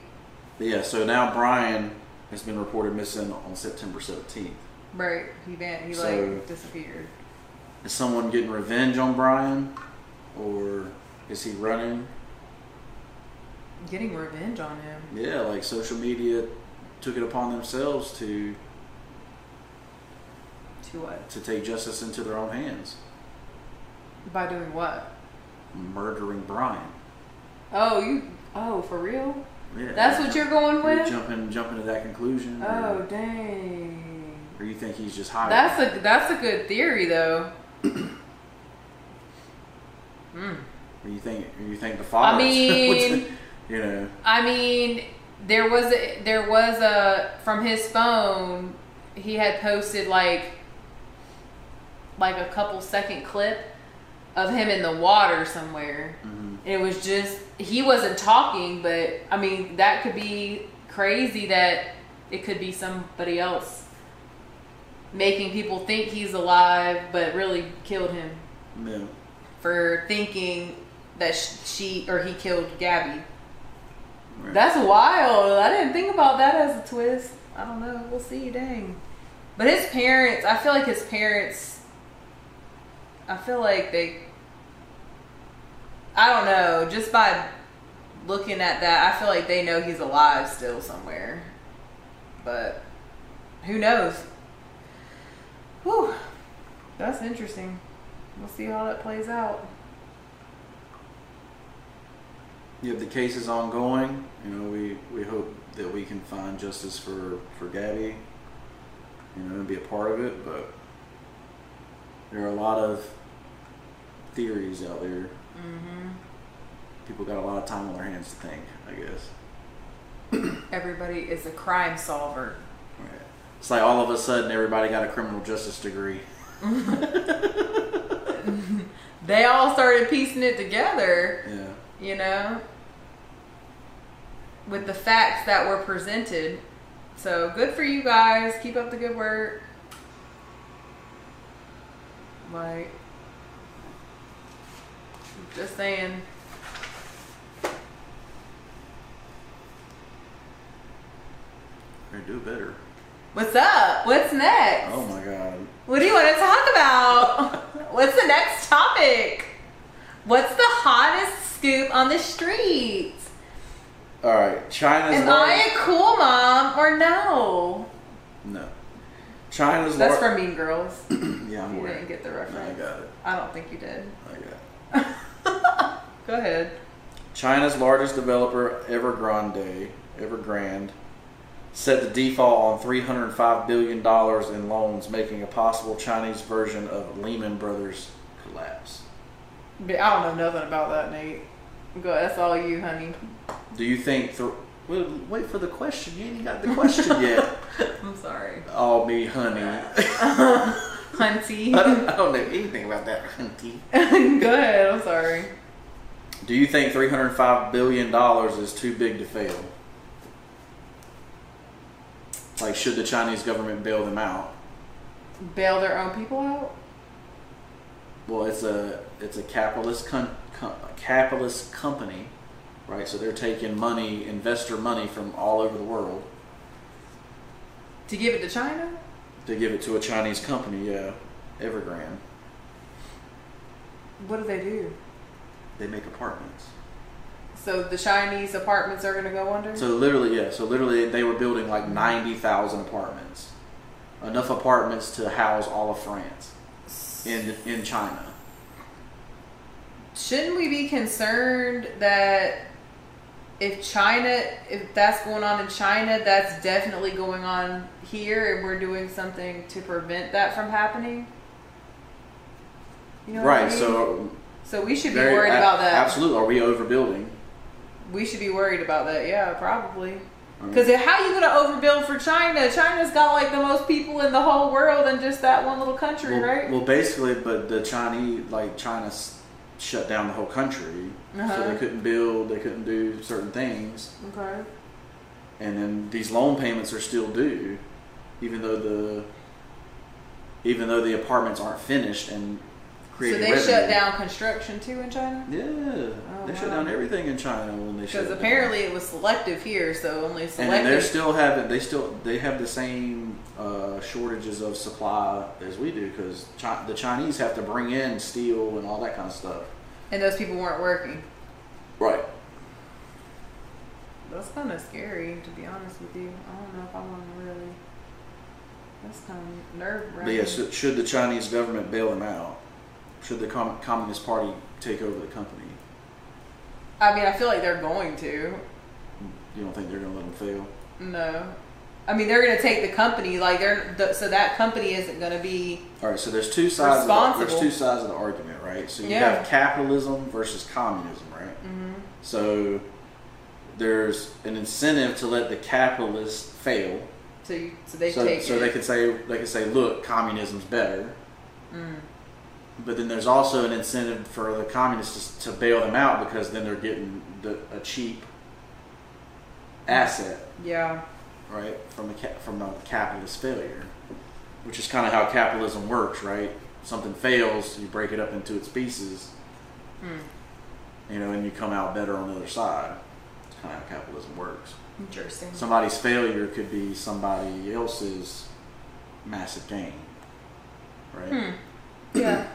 Speaker 1: But yeah, so now Brian has been reported missing on September 17th.
Speaker 2: Right, he van- he
Speaker 1: So-
Speaker 2: like disappeared.
Speaker 1: Is someone getting revenge on Brian? Or is he running?
Speaker 2: Getting revenge on him.
Speaker 1: Yeah, like social media took it upon themselves to
Speaker 2: To what?
Speaker 1: to take justice into their own hands.
Speaker 2: By doing what?
Speaker 1: Murdering Brian.
Speaker 2: Oh, you. Oh, for real?
Speaker 1: Yeah.
Speaker 2: That's what you're going
Speaker 1: You're
Speaker 2: with?
Speaker 1: jumping, jumping to that conclusion.
Speaker 2: Oh,
Speaker 1: Or,
Speaker 2: dang.
Speaker 1: or you think he's just hiding?
Speaker 2: That's a that's a good theory though. mm.
Speaker 1: Or you think? Or you think the father?
Speaker 2: mean-
Speaker 1: you know.
Speaker 2: I mean, there was a, there was a from his phone. He had posted like like a couple second clip of him in the water somewhere.
Speaker 1: Mhm.
Speaker 2: And it was just he wasn't talking, but I mean that could be crazy that it could be somebody else making people think he's alive, but really killed him
Speaker 1: No.
Speaker 2: for thinking that sh- she or he killed Gabby.
Speaker 1: Right.
Speaker 2: That's wild. I didn't think about that as a twist. I don't know. We'll see. Dang. But his parents, I feel like his parents, I feel like they, I don't know. Just by looking at that, I feel like they know he's alive still somewhere. But who knows? Whew. That's interesting. We'll see how that plays out.
Speaker 1: Yep, the case is ongoing. You know, we, we hope that we can find justice for, for Gabby, you know, and be a part of it, but there are a lot of theories out there.
Speaker 2: hmm
Speaker 1: People got a lot of time on their hands to think, I guess.
Speaker 2: Everybody is a crime solver.
Speaker 1: Right. It's like all of a sudden everybody got a criminal justice degree.
Speaker 2: They all started piecing it together,
Speaker 1: Yeah.
Speaker 2: you know, with the facts that were presented. So good for you guys. Keep up the good work. Like, just saying.
Speaker 1: Or do better.
Speaker 2: What's up? What's next?
Speaker 1: Oh my god.
Speaker 2: What do you want to talk about? What's the next topic? What's the hottest scoop on the streets?
Speaker 1: All right. China's
Speaker 2: Am
Speaker 1: lar-
Speaker 2: I a cool mom or no?
Speaker 1: No. China's
Speaker 2: That's
Speaker 1: lar-
Speaker 2: from Mean Girls. You
Speaker 1: Yeah, I'm
Speaker 2: didn't
Speaker 1: aware.
Speaker 2: get the
Speaker 1: No, I
Speaker 2: reference.
Speaker 1: got it.
Speaker 2: I don't think you did.
Speaker 1: I got it.
Speaker 2: Go ahead.
Speaker 1: China's largest developer, Evergrande, Evergrande, set the default on $305 billion in loans, making a possible Chinese version of Lehman Brothers collapse.
Speaker 2: But I don't know nothing about that, Nate. Go. That's all you, honey.
Speaker 1: Do you think. Th- well, wait for the question. You ain't got the question yet.
Speaker 2: I'm sorry,
Speaker 1: oh, me, honey.
Speaker 2: hunty.
Speaker 1: I, don't, I don't know anything about that, hunty.
Speaker 2: Go ahead. I'm sorry.
Speaker 1: Do you think $305 billion is too big to fail? Like, should the Chinese government bail them out?
Speaker 2: Bail their own people out.
Speaker 1: Well, it's a it's a capitalist con, com, a capitalist company, right? So they're taking money, investor money from all over the world
Speaker 2: To give it to China?
Speaker 1: to give it to a Chinese company, yeah, Evergrande.
Speaker 2: What do they do?
Speaker 1: They make apartments.
Speaker 2: So the Chinese apartments are gonna go under.
Speaker 1: So literally, yeah. So literally, they were building like ninety thousand apartments, enough apartments to house all of France in in China.
Speaker 2: Shouldn't we be concerned that if China, if that's going on in China, that's definitely going on here, and we're doing something to prevent that from happening? You know what I
Speaker 1: Right.
Speaker 2: mean?
Speaker 1: So
Speaker 2: so we should be
Speaker 1: very-
Speaker 2: worried
Speaker 1: a-
Speaker 2: about that.
Speaker 1: Absolutely. Are we overbuilding?
Speaker 2: We should be worried about that. Yeah, probably.
Speaker 1: I mean,
Speaker 2: Because how you gonna overbuild for China? China's got like the most people in the whole world, and just that one little country,
Speaker 1: well,
Speaker 2: right?
Speaker 1: Well, basically, but the Chinese, like China, s- shut down the whole country, so
Speaker 2: Uh-huh.
Speaker 1: they couldn't build, they couldn't do certain things,
Speaker 2: okay.
Speaker 1: and then these loan payments are still due, even though the, even though the apartments aren't finished and
Speaker 2: So
Speaker 1: creating.
Speaker 2: they
Speaker 1: revenue.
Speaker 2: shut down construction too in China?
Speaker 1: Yeah,
Speaker 2: Oh,
Speaker 1: they shut
Speaker 2: wow.
Speaker 1: down everything in China when they shut.
Speaker 2: Because
Speaker 1: it down.
Speaker 2: apparently it was selective here, so only
Speaker 1: and then they're
Speaker 2: selective.
Speaker 1: still having they still they have the same uh, shortages of supply as we do because Chi- the Chinese have to bring in steel and all that kind of stuff.
Speaker 2: And those people weren't working.
Speaker 1: Right.
Speaker 2: That's kind of scary, to be honest with you. I don't know if I want to really. That's kind of nerve
Speaker 1: But
Speaker 2: wracking.
Speaker 1: yeah, should, should the Chinese government bail them out? Should the Com- Communist Party take over the company?
Speaker 2: I mean, I feel like they're going to.
Speaker 1: You don't think they're going to let them fail?
Speaker 2: No. I mean, they're going to take the company. Like, they're. The, so that company isn't going to be.
Speaker 1: All right, so there's two sides. Of the, there's
Speaker 2: Responsible.
Speaker 1: two sides of the argument, right? So you
Speaker 2: Yeah.
Speaker 1: have capitalism versus communism, right?
Speaker 2: hmm
Speaker 1: So there's an incentive to let the capitalists fail,
Speaker 2: So, you, so they
Speaker 1: so,
Speaker 2: take.
Speaker 1: so
Speaker 2: it.
Speaker 1: they can say they can say, look, communism's better.
Speaker 2: Mm.
Speaker 1: But then there's also an incentive for the communists to, to bail them out because then they're getting the, a cheap asset.
Speaker 2: Yeah.
Speaker 1: right? From a ca- from a capitalist failure, which is kind of how capitalism works, right? Something fails, you break it up into its pieces,
Speaker 2: Hmm.
Speaker 1: you know, and you come out better on the other side. It's kind of how capitalism works.
Speaker 2: Interesting.
Speaker 1: Somebody's failure could be somebody else's massive gain, right?
Speaker 2: Hmm. Yeah.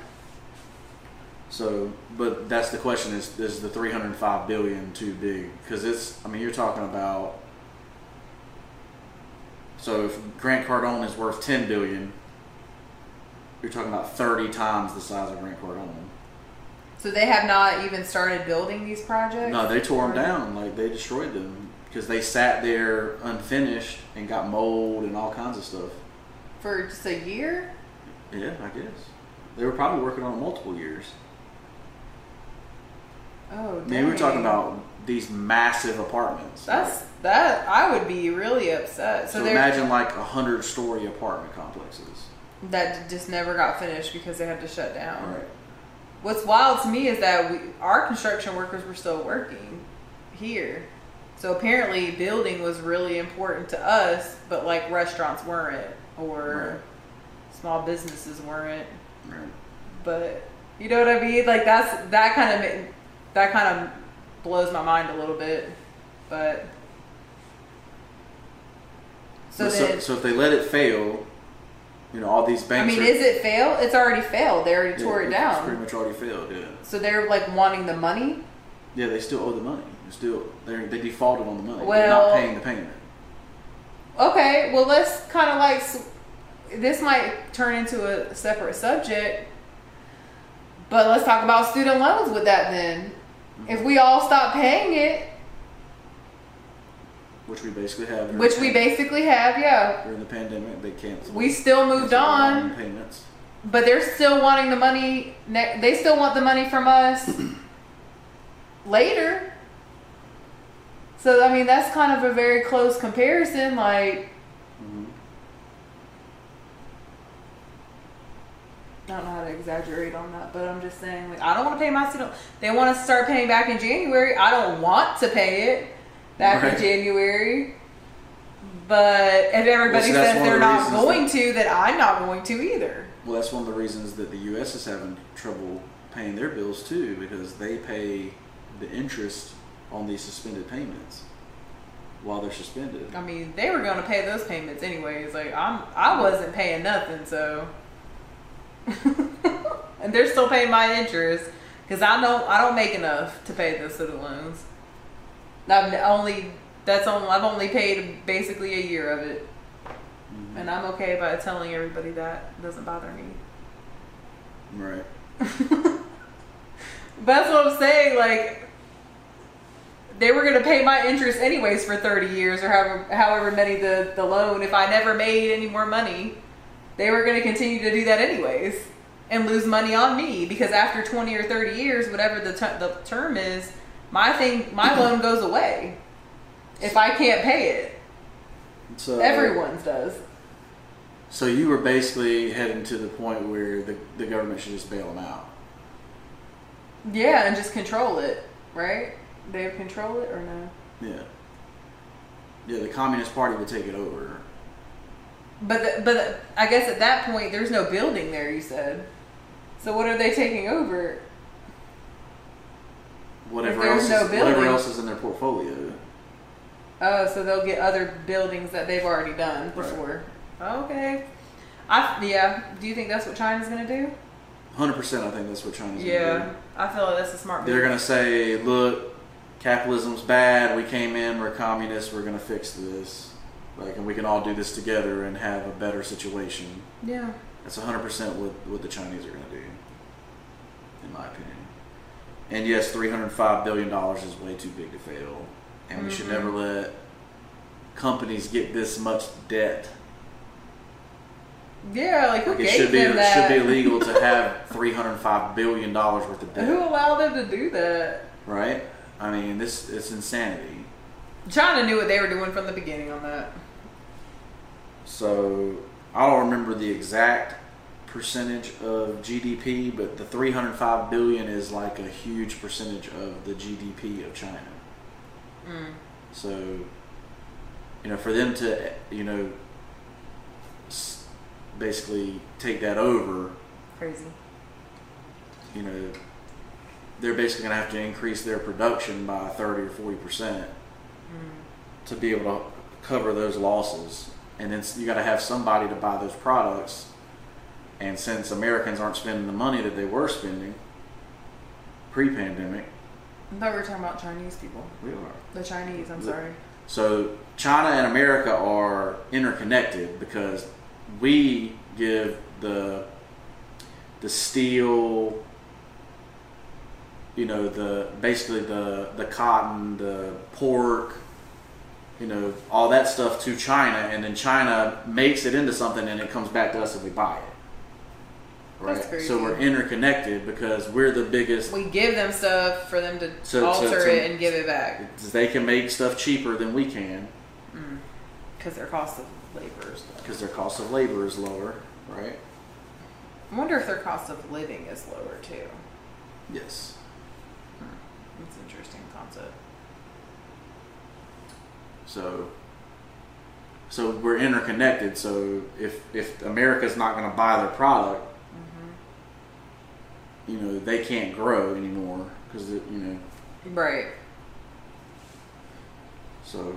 Speaker 1: So, but that's the question: is is the three hundred five billion too big? Because it's, I mean, you're talking about. So if Grant Cardone is worth ten billion, you're talking about thirty times the size of Grant Cardone.
Speaker 2: So they have not even started building these projects.
Speaker 1: No, they tore them down. Like they destroyed them because they sat there unfinished and got mold and all kinds of stuff.
Speaker 2: for just a year.
Speaker 1: Yeah, I guess they were probably working on it multiple years.
Speaker 2: Oh,
Speaker 1: I mean, we were talking
Speaker 2: dang.
Speaker 1: about these massive apartments.
Speaker 2: that's that. I would be really upset.
Speaker 1: so,
Speaker 2: So, they're
Speaker 1: imagine like a hundred story apartment complexes.
Speaker 2: that just never got finished because they had to shut
Speaker 1: All
Speaker 2: down.
Speaker 1: right.
Speaker 2: What's wild to me is that we, our construction workers were still working here. So apparently, building was really important to us, but like restaurants weren't, or small businesses weren't.
Speaker 1: Right.
Speaker 2: But you know what I mean? Like that's that kind of ma- that kind of blows my mind a little bit. But so
Speaker 1: But
Speaker 2: then,
Speaker 1: so if they let it fail, you know, all these
Speaker 2: I
Speaker 1: banks.
Speaker 2: mean,
Speaker 1: are,
Speaker 2: is it fail? It's already failed. They already
Speaker 1: yeah,
Speaker 2: tore it
Speaker 1: it's- It's pretty
Speaker 2: down.
Speaker 1: much already failed. Yeah.
Speaker 2: So they're like wanting the money.
Speaker 1: Yeah, they still owe the money. They still they they defaulted on the money. They're
Speaker 2: Well-
Speaker 1: not paying the payment.
Speaker 2: Okay, well, let's kind of like s- this might turn into a separate subject, but let's talk about student loans with that then. If we all stop paying it,
Speaker 1: Which we basically have. during
Speaker 2: which
Speaker 1: the
Speaker 2: we
Speaker 1: pandemic.
Speaker 2: basically have, yeah,
Speaker 1: during the pandemic they canceled.
Speaker 2: we still moved
Speaker 1: canceled all
Speaker 2: on.
Speaker 1: the Payments.
Speaker 2: but they're still wanting the money. Ne- they still want the money from us later. So I mean, that's kind of a very close comparison. Like, Mm-hmm.
Speaker 1: Mhm.
Speaker 2: I don't know how to exaggerate on that, but I'm just saying, like, I don't want to pay my student. They want to start paying back in January. I don't want to pay it back
Speaker 1: Right.
Speaker 2: in January. But if everybody
Speaker 1: Well, see, that's
Speaker 2: says
Speaker 1: one of
Speaker 2: they're
Speaker 1: the
Speaker 2: not
Speaker 1: reasons
Speaker 2: going to, then I'm not going to either.
Speaker 1: Well, that's one of the reasons that the U.S. is having trouble paying their bills too, because they pay the interest on these suspended payments while they're suspended.
Speaker 2: I mean, they were going to pay those payments anyways. Like I'm, I wasn't paying nothing, so. and they're still paying my interest because I know I don't make enough to pay those student loans. I've only that's only I've only paid basically a year of it, and I'm okay by telling everybody that it doesn't bother me.
Speaker 1: Right.
Speaker 2: But that's what I'm saying. Like they were gonna pay my interest anyways for 30 years or however however many the the loan. If I never made any more money, they were gonna continue to do that anyways and lose money on me because after 20 or 30 years, whatever the t- the term is, my thing my loan goes away if I can't pay it.
Speaker 1: So
Speaker 2: Everyone's does.
Speaker 1: So you were basically heading to the point where the, the government should just bail them out.
Speaker 2: Yeah, and just control it, right? They control it or no?
Speaker 1: Yeah. Yeah, the Communist Party would take it over.
Speaker 2: But the, but the- I guess at that point there's no building there. You said. So what are they taking over?
Speaker 1: Whatever
Speaker 2: there's
Speaker 1: else,
Speaker 2: no
Speaker 1: is, whatever
Speaker 2: building.
Speaker 1: else is in their portfolio.
Speaker 2: Oh, so they'll get other buildings that they've already done before. Okay. I yeah. Do you think that's what China's gonna do?
Speaker 1: Hundred percent, I think that's what China's
Speaker 2: Yeah,
Speaker 1: gonna
Speaker 2: I feel like that's a smart
Speaker 1: do.
Speaker 2: move.
Speaker 1: They're gonna say, "Look, capitalism's bad. We came in, we're communists. We're gonna fix this. Like, and we can all do this together and have a better situation."
Speaker 2: yeah.
Speaker 1: That's hundred percent what what the Chinese are gonna do, in my opinion. And yes, three hundred five billion dollars is way too big to fail, and we
Speaker 2: Mm-hmm.
Speaker 1: should never let companies get this much debt.
Speaker 2: Yeah, like who
Speaker 1: Like,
Speaker 2: gave
Speaker 1: it should be
Speaker 2: them
Speaker 1: it should
Speaker 2: that?
Speaker 1: be illegal to have three hundred five billion dollars worth of
Speaker 2: Who
Speaker 1: debt,
Speaker 2: allowed them to do that?
Speaker 1: right? I mean, this it's insanity.
Speaker 2: China knew what they were doing from the beginning on that.
Speaker 1: So I don't remember the exact percentage of GDP, but the 305 billion is like a huge percentage of the GDP of China.
Speaker 2: Mm.
Speaker 1: So you know, for them to you know s- basically take that over,
Speaker 2: Crazy.
Speaker 1: you know, they're basically going to have to increase their production by 30 or 40 percent
Speaker 2: Mm.
Speaker 1: to be able to cover those losses. And then you got to have somebody to buy those products. And since Americans aren't spending the money that they were spending pre-pandemic,
Speaker 2: I thought we were talking about Chinese people.
Speaker 1: we are.
Speaker 2: The Chinese. I'm
Speaker 1: The-
Speaker 2: sorry.
Speaker 1: So China and America are interconnected because we give the the steel you know the basically the the cotton, the pork, you know all that stuff to China, and then China makes it into something, and it comes back to us and we buy it. Right.
Speaker 2: That's crazy.
Speaker 1: So we're interconnected because we're the biggest.
Speaker 2: We give them stuff for them to
Speaker 1: So- so-
Speaker 2: alter
Speaker 1: so-
Speaker 2: it and give it back
Speaker 1: They can make stuff cheaper than we can
Speaker 2: because their cost of labor is low.
Speaker 1: because their cost of labor is lower. Right.
Speaker 2: I wonder if their cost of living is lower too.
Speaker 1: Yes.
Speaker 2: That's an interesting concept.
Speaker 1: So so we're interconnected. So if if America's not going to buy their product, you know they can't grow anymore because you know
Speaker 2: Right.
Speaker 1: so.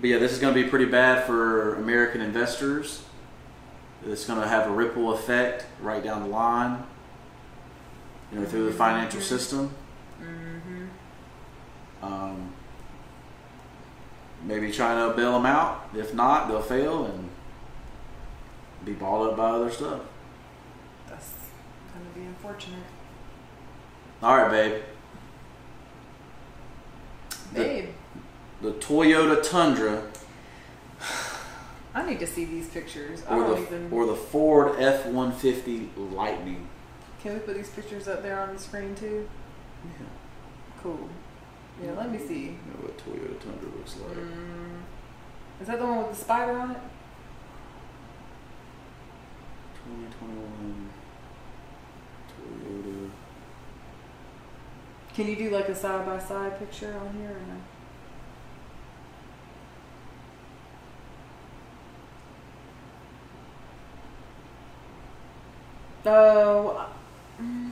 Speaker 1: But yeah, this is going to be pretty bad for American investors. It's going to have a ripple effect right down the line, you know, through the financial system.
Speaker 2: Mm-hmm.
Speaker 1: Um, maybe China will bail them out. If not, they'll fail and be bought up by other stuff.
Speaker 2: That's gonna be unfortunate.
Speaker 1: All right, babe. The-
Speaker 2: Babe,
Speaker 1: The Toyota Tundra
Speaker 2: I need to see these pictures. I
Speaker 1: or
Speaker 2: don't
Speaker 1: the
Speaker 2: even.
Speaker 1: or the Ford F one fifty Lightning.
Speaker 2: Can we put these pictures up there on the screen too? Cool. Yeah, let me see.
Speaker 1: You know what Toyota Tundra looks like?
Speaker 2: Mm, is that the one with the spider on it?
Speaker 1: Twenty twenty one Toyota.
Speaker 2: Can you do like a side by side picture on here or no? Oh, I- mm.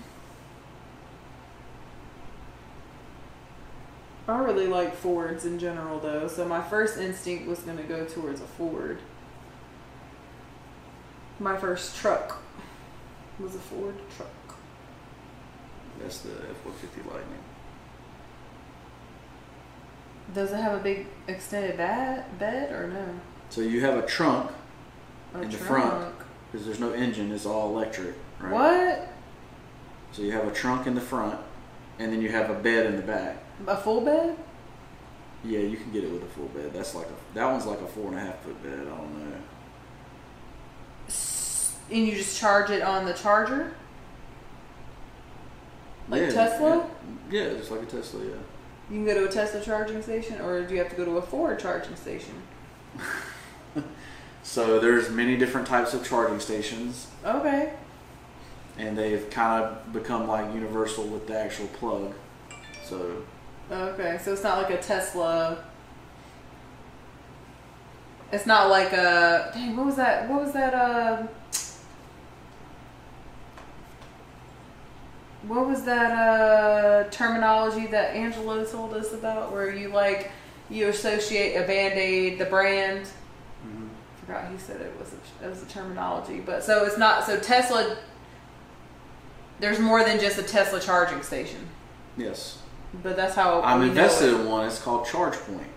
Speaker 2: I really like Fords in general though, so my first instinct was going to go towards a Ford. My first truck was a Ford truck.
Speaker 1: That's the F one fifty Lightning.
Speaker 2: Does it have a big extended bat, bed or no?
Speaker 1: So you have a trunk
Speaker 2: A
Speaker 1: In the front, because there's no engine. It's all electric, right?
Speaker 2: What?
Speaker 1: So you have a trunk in the front, and then you have a bed in the back.
Speaker 2: A full bed?
Speaker 1: Yeah, you can get it with a full bed. That's like a that one's like a four and a half foot bed. I don't know.
Speaker 2: S- And you just charge it on the charger? Like
Speaker 1: Yeah,
Speaker 2: Tesla?
Speaker 1: Yeah, yeah, just like a Tesla. Yeah.
Speaker 2: You can go to a Tesla charging station or do you have to go to a Ford charging station?
Speaker 1: So there's many different types of charging stations,
Speaker 2: Okay.
Speaker 1: and they've kind of become like universal with the actual plug. So
Speaker 2: Okay. So it's not like a Tesla. It's not like a dang, what was that? What was that uh What was that uh terminology that Angela told us about where you like you associate a band-aid, the brand Mm-hmm. forgot he said it was a, it was a terminology, but so it's not so Tesla. There's more than just a Tesla charging station,
Speaker 1: yes,
Speaker 2: but that's how
Speaker 1: I'm
Speaker 2: Oh, we know
Speaker 1: invested
Speaker 2: it.
Speaker 1: in one. It's called ChargePoint.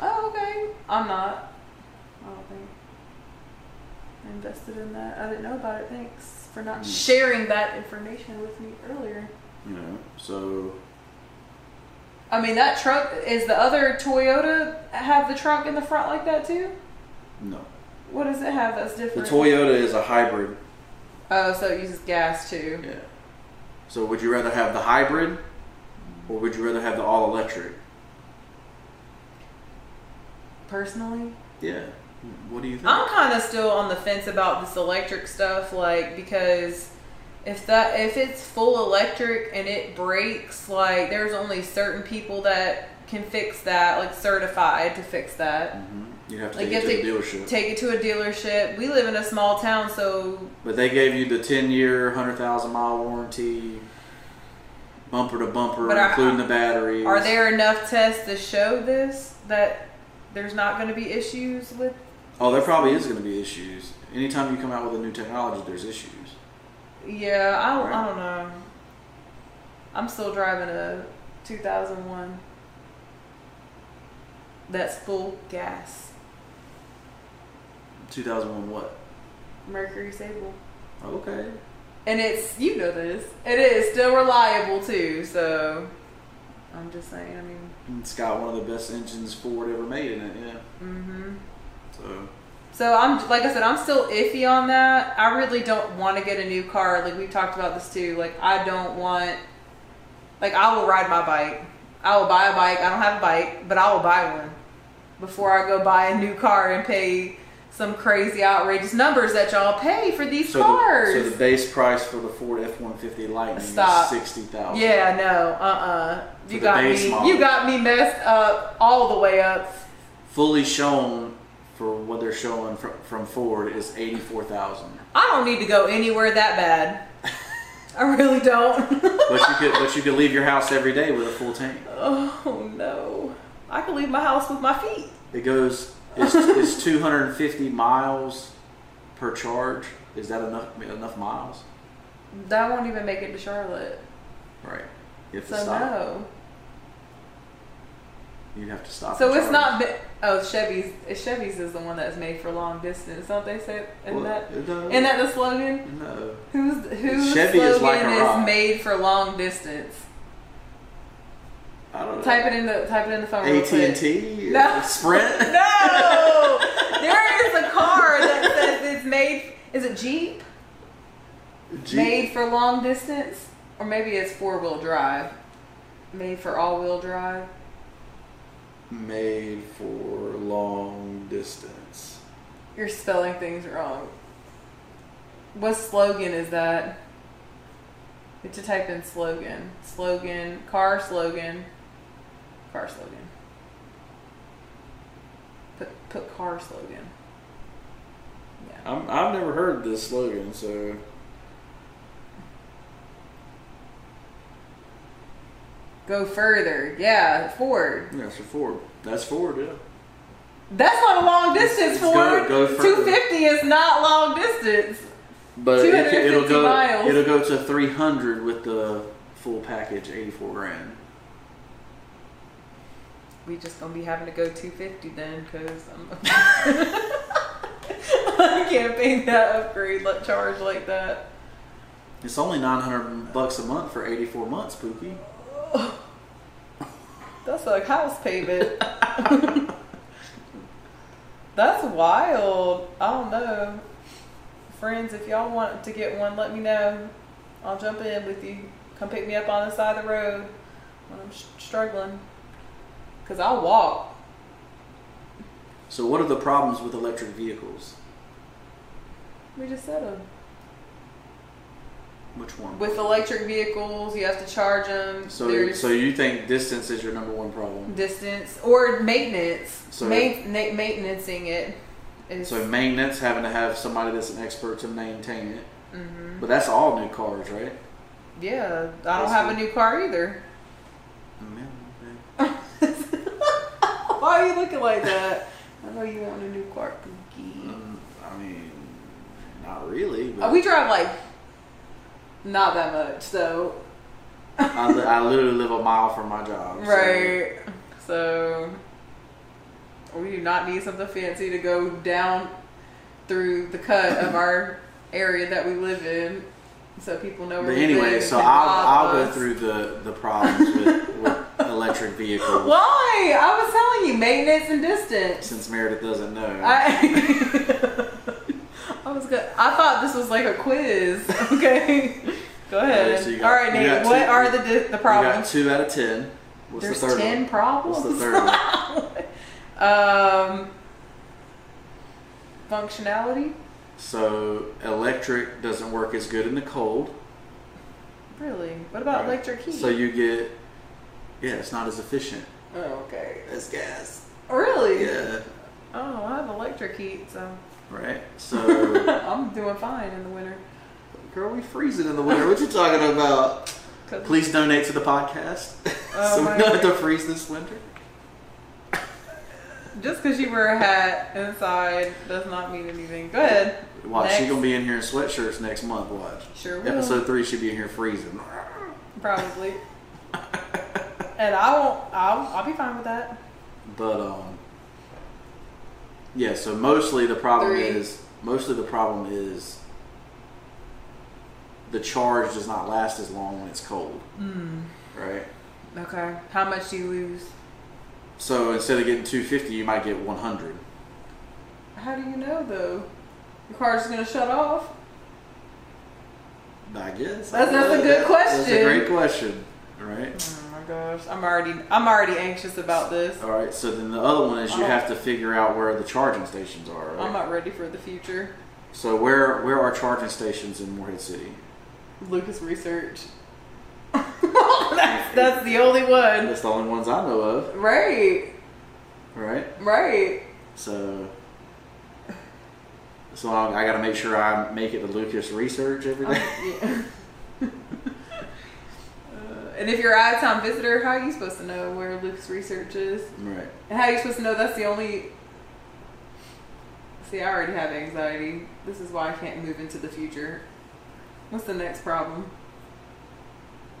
Speaker 2: Oh, okay. I'm not. I don't think I invested in that. I didn't know about it. Thanks for not
Speaker 1: Mm.
Speaker 2: sharing that information with me earlier.
Speaker 1: You know, so
Speaker 2: I mean, that truck is the other Toyota have the trunk in the front like that too.
Speaker 1: no,
Speaker 2: What does it have that's
Speaker 1: the
Speaker 2: different?
Speaker 1: Toyota is a hybrid.
Speaker 2: Oh, so it uses gas too.
Speaker 1: Yeah. So would you rather have the hybrid, or would you rather have the all electric?
Speaker 2: Personally,
Speaker 1: Yeah. What do you think?
Speaker 2: I'm kind of still on the fence about this electric stuff, like because if that if it's full electric and it breaks, like there's only certain people that can fix that, like certified to fix that.
Speaker 1: You Mm-hmm. have to
Speaker 2: Like
Speaker 1: take it
Speaker 2: if
Speaker 1: to
Speaker 2: they
Speaker 1: the dealership.
Speaker 2: take it to a dealership. We live in a small town, so
Speaker 1: but they gave you the 10 year, 100,000 mile warranty, bumper to bumper,
Speaker 2: But are-
Speaker 1: including the batteries.
Speaker 2: are there enough tests to show this that there's not going to be issues with?
Speaker 1: Oh, there probably is going to be issues. Anytime you come out with a new technology, there's issues.
Speaker 2: Yeah, I don't,
Speaker 1: Right.
Speaker 2: I don't know. I'm still driving a 2001 that's full gas
Speaker 1: 2001 what?
Speaker 2: Mercury Sable.
Speaker 1: Okay.
Speaker 2: And it's you know this. It is still reliable too. So I'm just saying. I mean,
Speaker 1: It's got one of the best engines Ford ever made in it. Yeah.
Speaker 2: hmm
Speaker 1: So
Speaker 2: so I'm like I said, I'm still iffy on that. I really don't want to get a new car. Like we've talked about this too. Like I don't want. Like I will ride my bike. I will buy a bike. I don't have a bike, but I will buy one before I go buy a new car and pay some crazy outrageous numbers that y'all pay for these
Speaker 1: so
Speaker 2: cars.
Speaker 1: the, so the base price for the Ford F one fifty Lightning
Speaker 2: Stop.
Speaker 1: is sixty thousand.
Speaker 2: Yeah, no, uh, uh
Speaker 1: For
Speaker 2: you
Speaker 1: the
Speaker 2: got
Speaker 1: base
Speaker 2: me,
Speaker 1: model.
Speaker 2: you got me messed up all the way up.
Speaker 1: Fully shown for what they're showing from, from Ford is eighty four thousand.
Speaker 2: I don't need to go anywhere that bad. I really don't.
Speaker 1: But you could but you could leave your house every day with a full tank.
Speaker 2: oh no, I can leave my house with my feet.
Speaker 1: It goes it's, it's two hundred and fifty miles per charge. Is that enough enough miles?
Speaker 2: That won't even make it to Charlotte.
Speaker 1: Right. You have to
Speaker 2: So
Speaker 1: stop.
Speaker 2: no.
Speaker 1: You have to stop.
Speaker 2: So
Speaker 1: and
Speaker 2: it's
Speaker 1: charge.
Speaker 2: not. Bi- oh, Chevy's. Chevy's is the one that's made for long distance, don't they say? Isn't
Speaker 1: Well,
Speaker 2: that?
Speaker 1: no.
Speaker 2: Isn't that the slogan?
Speaker 1: no.
Speaker 2: Who's whose
Speaker 1: Chevy
Speaker 2: slogan
Speaker 1: is like a rock.
Speaker 2: made for long distance?
Speaker 1: I don't know.
Speaker 2: Type it in the type it in the phone. real
Speaker 1: AT
Speaker 2: quick.
Speaker 1: and T,
Speaker 2: No.
Speaker 1: Sprint.
Speaker 2: No, there is a car that says it's made. Is it Jeep?
Speaker 1: Jeep.
Speaker 2: Made for long distance, or maybe it's four wheel drive. Made for all wheel drive.
Speaker 1: Made for long distance.
Speaker 2: You're spelling things wrong. What slogan is that? You have to type in slogan. Slogan. Car slogan. Car slogan. Put put car slogan. Yeah.
Speaker 1: I'm, I've never heard this slogan, so
Speaker 2: Go further. Yeah. Ford.
Speaker 1: that's for Ford. That's Ford, yeah.
Speaker 2: That's not a long distance,
Speaker 1: Let's go-
Speaker 2: Ford.
Speaker 1: go further.
Speaker 2: 250 is not long distance.
Speaker 1: But it, ca- it'll
Speaker 2: 250
Speaker 1: go.
Speaker 2: miles.
Speaker 1: It'll go to 300 with the full package, 84 grand.
Speaker 2: We just gonna be having to go 250 then, cause I'm. I can't pay that upgrade like charge like that.
Speaker 1: It's only 900 bucks a month for 84 months, Pookie.
Speaker 2: That's like house payment. That's wild. I don't know. Friends, if y'all want to get one, let me know. I'll jump in with you. Come pick me up on the side of the road when I'm sh- struggling. Because I'll walk.
Speaker 1: So, what are the problems with electric vehicles?
Speaker 2: We just said them.
Speaker 1: Which one?
Speaker 2: With electric vehicles, you have to charge them.
Speaker 1: so,
Speaker 2: There's
Speaker 1: so you think distance is your number one problem?
Speaker 2: distance or maintenance.
Speaker 1: So-
Speaker 2: Ma- na- maintenancing it is.
Speaker 1: So maintenance, having to have somebody that's an expert to maintain it.
Speaker 2: Mhm.
Speaker 1: But that's all new cars, right?
Speaker 2: Yeah, I don't have a new car either. Mm-hmm. Why are you looking like that? I know you want a new car, Pookie.
Speaker 1: Mm, I mean, not really.
Speaker 2: Uh,
Speaker 1: But
Speaker 2: we drive like not that much, so
Speaker 1: I, li- I literally live a mile from my job. so-
Speaker 2: right. So we do not need something fancy to go down through the cut of our area that we live in, so people know. Where
Speaker 1: But
Speaker 2: we
Speaker 1: anyway,
Speaker 2: live
Speaker 1: so
Speaker 2: and
Speaker 1: I'll, I'll
Speaker 2: rob
Speaker 1: go
Speaker 2: us.
Speaker 1: through the, the problems with, with electric vehicles
Speaker 2: Why? I was telling you, maintenance and distance.
Speaker 1: since Meredith doesn't know.
Speaker 2: I, I was good. I thought this was like a quiz. Okay, go ahead.
Speaker 1: Okay, so you got-
Speaker 2: All right,
Speaker 1: you
Speaker 2: Nate.
Speaker 1: got
Speaker 2: What
Speaker 1: two-
Speaker 2: are the di- the
Speaker 1: You got
Speaker 2: problems?
Speaker 1: two out of ten. What's
Speaker 2: There's
Speaker 1: the third
Speaker 2: ten
Speaker 1: one?
Speaker 2: problems.
Speaker 1: What's the third one?
Speaker 2: um, functionality.
Speaker 1: So electric doesn't work as good in the cold.
Speaker 2: Really? What about
Speaker 1: Right.
Speaker 2: electric heat?
Speaker 1: So you get yeah, it's not as efficient
Speaker 2: oh, okay.
Speaker 1: as gas.
Speaker 2: Really?
Speaker 1: Yeah,
Speaker 2: Oh, I have electric heat, so
Speaker 1: right. So
Speaker 2: I'm doing fine in the winter.
Speaker 1: girl, we freezing in the winter. What you talking about?
Speaker 2: 'Cause-
Speaker 1: Please donate to the podcast
Speaker 2: Oh
Speaker 1: so
Speaker 2: my
Speaker 1: we don't have to
Speaker 2: God.
Speaker 1: freeze this winter.
Speaker 2: Just because you wear a hat inside does not mean anything. Go ahead.
Speaker 1: Watch, she
Speaker 2: Next.
Speaker 1: gonna be in here in sweatshirts next month. Watch.
Speaker 2: Sure will.
Speaker 1: Episode three should be in here freezing.
Speaker 2: Probably. and I won't. I'll, I'll be fine with that.
Speaker 1: But um, yeah. So mostly the problem
Speaker 2: Three.
Speaker 1: is mostly the problem is the charge does not last as long when it's cold,
Speaker 2: Mm,
Speaker 1: right?
Speaker 2: okay. How much do you lose?
Speaker 1: So instead of getting 250, you might get 100.
Speaker 2: How do you know though? Your car's just gonna shut off.
Speaker 1: I guess
Speaker 2: That's- that's a good
Speaker 1: That's a
Speaker 2: question.
Speaker 1: great question. All right.
Speaker 2: Oh my gosh, I'm already I'm already anxious about this.
Speaker 1: All right. So then the other one is you
Speaker 2: Oh.
Speaker 1: have to figure out where the charging stations are. Right?
Speaker 2: I'm not ready for the future.
Speaker 1: so where where are charging stations in Morehead City?
Speaker 2: Lucas research. that's that's the only one.
Speaker 1: That's the only ones I know of.
Speaker 2: Right,
Speaker 1: Right.
Speaker 2: right.
Speaker 1: So. So I, I got to make sure I make it to Lucas Research every
Speaker 2: Um,
Speaker 1: day.
Speaker 2: yeah. Uh, And if you're an out-of-town visitor, how are you supposed to know where Lucas Research is?
Speaker 1: right.
Speaker 2: And how are you supposed to know that's the only? See, I already have anxiety. This is why I can't move into the future. What's the next problem?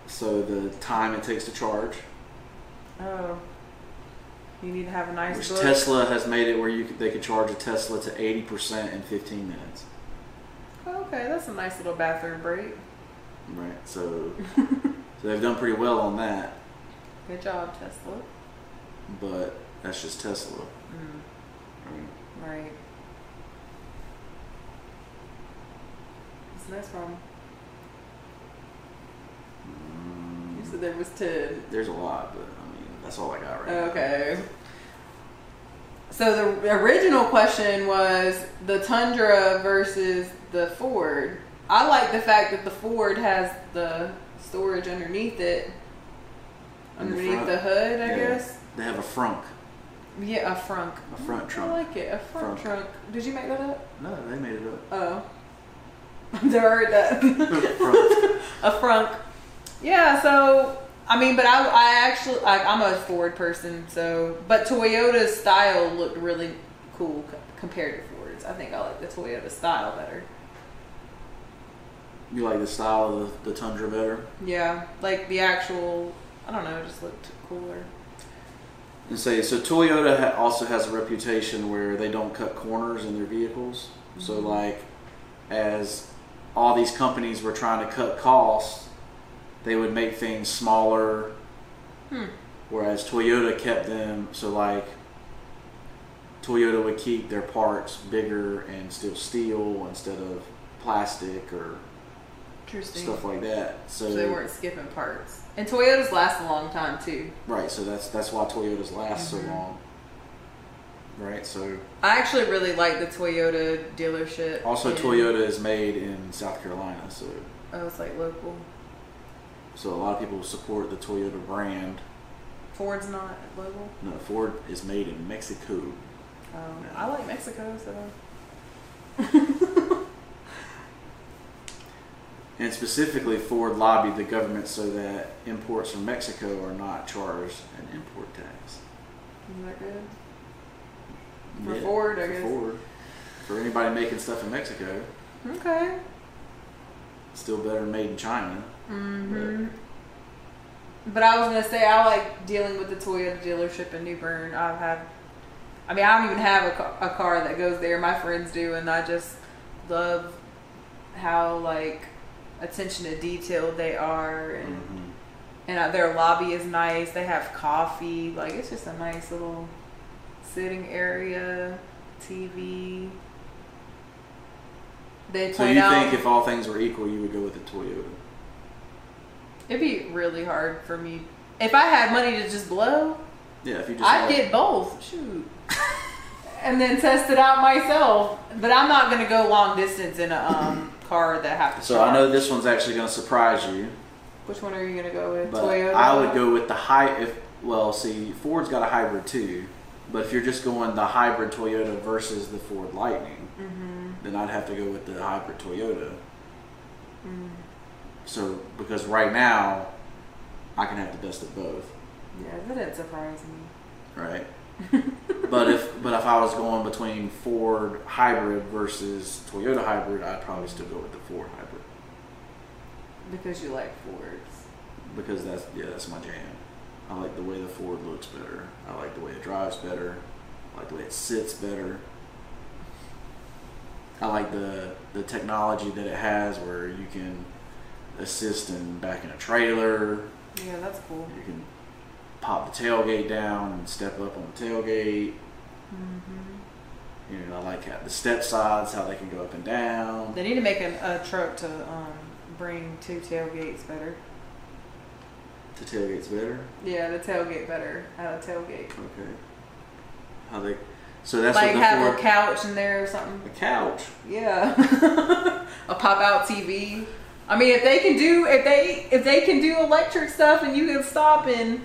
Speaker 1: So the time it takes to charge,
Speaker 2: Oh, you need to have a nice
Speaker 1: which
Speaker 2: book.
Speaker 1: Tesla has made it where you could, they could charge a Tesla to eighty percent in fifteen minutes.
Speaker 2: Oh, okay, that's a nice little bathroom break.
Speaker 1: Right. So, so they've done pretty well on that,
Speaker 2: Good job, Tesla. Mm,
Speaker 1: but that's just Tesla. I mean,
Speaker 2: Right. What's the next problem? You
Speaker 1: mm,
Speaker 2: said there was ten.
Speaker 1: there's a lot, but I mean that's all I got right now.
Speaker 2: Oh, Okay. So the original question was the Tundra versus the Ford. I like the fact that the Ford has the storage underneath it,
Speaker 1: In the
Speaker 2: underneath
Speaker 1: front.
Speaker 2: the, hood, I
Speaker 1: Yeah.
Speaker 2: guess.
Speaker 1: They have a frunk.
Speaker 2: Yeah, a frunk.
Speaker 1: A front trunk.
Speaker 2: I like it. A front,
Speaker 1: Frunk.
Speaker 2: trunk. Did you make that up?
Speaker 1: No, they made it up.
Speaker 2: Oh. I've never heard that.
Speaker 1: frunk.
Speaker 2: a frunk. Yeah, so I mean, but I I actually like I'm a Ford person, so but Toyota's style looked really cool c- compared to Ford's. I think I like the Toyota style better.
Speaker 1: You like the style of the, the Tundra better?
Speaker 2: Yeah, like the actual I don't know, it just looked cooler.
Speaker 1: And say so. Toyota ha- also has a reputation where they don't cut corners in their vehicles. So
Speaker 2: Mm-hmm.
Speaker 1: like, as all these companies were trying to cut costs, they would make things smaller.
Speaker 2: Hmm.
Speaker 1: Whereas Toyota kept them so like. Toyota would keep their parts bigger and still steel instead of plastic or
Speaker 2: Interesting.
Speaker 1: stuff like that. So,
Speaker 2: so they weren't skipping parts. And Toyotas last a long time too.
Speaker 1: right, so that's that's why Toyotas last
Speaker 2: Mhm.
Speaker 1: so long. Right, so
Speaker 2: I actually really like the Toyota dealership.
Speaker 1: Also,
Speaker 2: in-
Speaker 1: Toyota is made in South Carolina, so
Speaker 2: Oh, it's like local.
Speaker 1: so a lot of people support the Toyota brand.
Speaker 2: Ford's not local.
Speaker 1: No, Ford is made in Mexico.
Speaker 2: Um,
Speaker 1: Yeah.
Speaker 2: I like Mexico, so.
Speaker 1: And specifically, Ford lobbied the government so that imports from Mexico are not charged an import tax.
Speaker 2: Isn't that good? For
Speaker 1: Yeah,
Speaker 2: Ford, I
Speaker 1: for
Speaker 2: guess.
Speaker 1: Ford. For anybody making stuff in Mexico,
Speaker 2: Okay.
Speaker 1: still better than made in China.
Speaker 2: hmm But I was gonna say I like dealing with the Toyota dealership in New Bern. I've had, I mean, I don't even have a, ca- a car that goes there. My friends do, and I just love how like attention to detail they are, and
Speaker 1: Mhm.
Speaker 2: and uh, their lobby is nice. They have coffee. Like it's just a nice little sitting area, TV. They point
Speaker 1: So you
Speaker 2: out
Speaker 1: think if all things were equal, you would go with the Toyota?
Speaker 2: it'd be really hard for me if I had money to just blow.
Speaker 1: Yeah, if you just
Speaker 2: I'd
Speaker 1: had-
Speaker 2: get both. Shoot. and then test it out myself. But I'm not gonna go long distance in a um, car that has to.
Speaker 1: So
Speaker 2: charge.
Speaker 1: I know this one's actually going to surprise you.
Speaker 2: Which one are you gonna go with?
Speaker 1: But
Speaker 2: Toyota.
Speaker 1: I would go with the high. If well, see, Ford's got a hybrid too, but if you're just going the hybrid Toyota versus the Ford Lightning, then I'd have to go with the hybrid Toyota.
Speaker 2: Mm.
Speaker 1: So because right now, I can have the best of both,
Speaker 2: Yeah, that didn't surprise me.
Speaker 1: right? but if but if I was going between Ford hybrid versus Toyota hybrid, I'd probably still go with the Ford hybrid
Speaker 2: Because you like Fords.
Speaker 1: because that's yeah that's my jam. I like the way the Ford looks better. I like the way it drives better. I like the way it sits better. I like the the technology that it has where you can assist in back in a trailer.
Speaker 2: Yeah, that's cool.
Speaker 1: You can pop the tailgate down and step up on the tailgate.
Speaker 2: hmm
Speaker 1: You know, I like how the step sides, how they can go up and down.
Speaker 2: They need to make an, a truck to um, bring two tailgates better.
Speaker 1: The tailgate's better.
Speaker 2: Yeah, the tailgate better. How to tailgate.
Speaker 1: Okay. How they? So that's
Speaker 2: like
Speaker 1: what they're
Speaker 2: have
Speaker 1: for.
Speaker 2: a couch in there or something.
Speaker 1: a couch.
Speaker 2: Yeah, a pop-out TV. I mean, if they can do if they if they can do electric stuff and you can stop and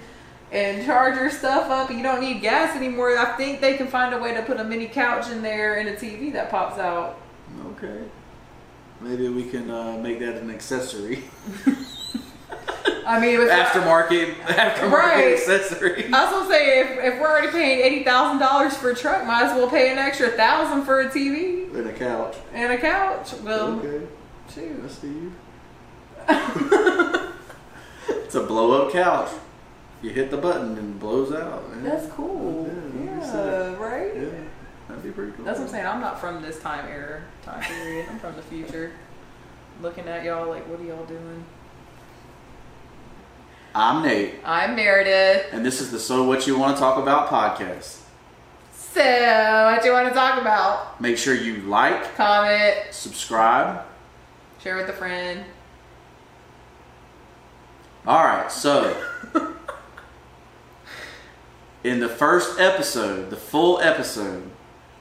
Speaker 2: and charge your stuff up and you don't need gas anymore, I think they can find a way to put a mini couch in there and a TV that pops out.
Speaker 1: Okay. Maybe we can uh, make that an accessory.
Speaker 2: I mean, if
Speaker 1: aftermarket, aftermarket
Speaker 2: Right.
Speaker 1: accessory.
Speaker 2: I was gonna say if, if we're already paying eighty thousand dollars for a truck, might as well pay an extra thousand for a TV
Speaker 1: And a couch.
Speaker 2: and a couch. Well,
Speaker 1: Okay. I
Speaker 2: shoot.
Speaker 1: see you. it's a blow up couch. You hit the button and it blows out. Yeah.
Speaker 2: That's cool.
Speaker 1: Yeah,
Speaker 2: Yeah,
Speaker 1: that's it.
Speaker 2: right?
Speaker 1: Yeah. That'd be pretty cool.
Speaker 2: That's what I'm saying. I'm not from this time era, time period. I'm from the future. Looking at y'all like, what are y'all doing?
Speaker 1: I'm Nate,
Speaker 2: I'm Meredith.
Speaker 1: and this is the So What You Want to Talk About podcast.
Speaker 2: So, what you want to talk about?
Speaker 1: Make sure you like,
Speaker 2: Comment,
Speaker 1: subscribe.
Speaker 2: share with a friend.
Speaker 1: All right, so in the first episode, the full episode,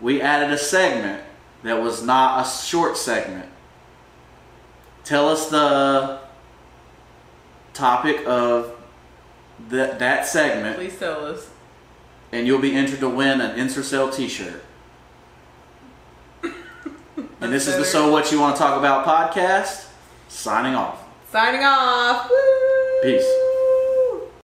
Speaker 1: we added a segment that was not a short segment. Tell us the topic of th- that segment,
Speaker 2: Please tell us.
Speaker 1: and you'll be entered to win an Intercell T-shirt. and this is the
Speaker 2: better.
Speaker 1: So What You Want to Talk About podcast. Signing off.
Speaker 2: Signing off. Woo!
Speaker 1: Peace.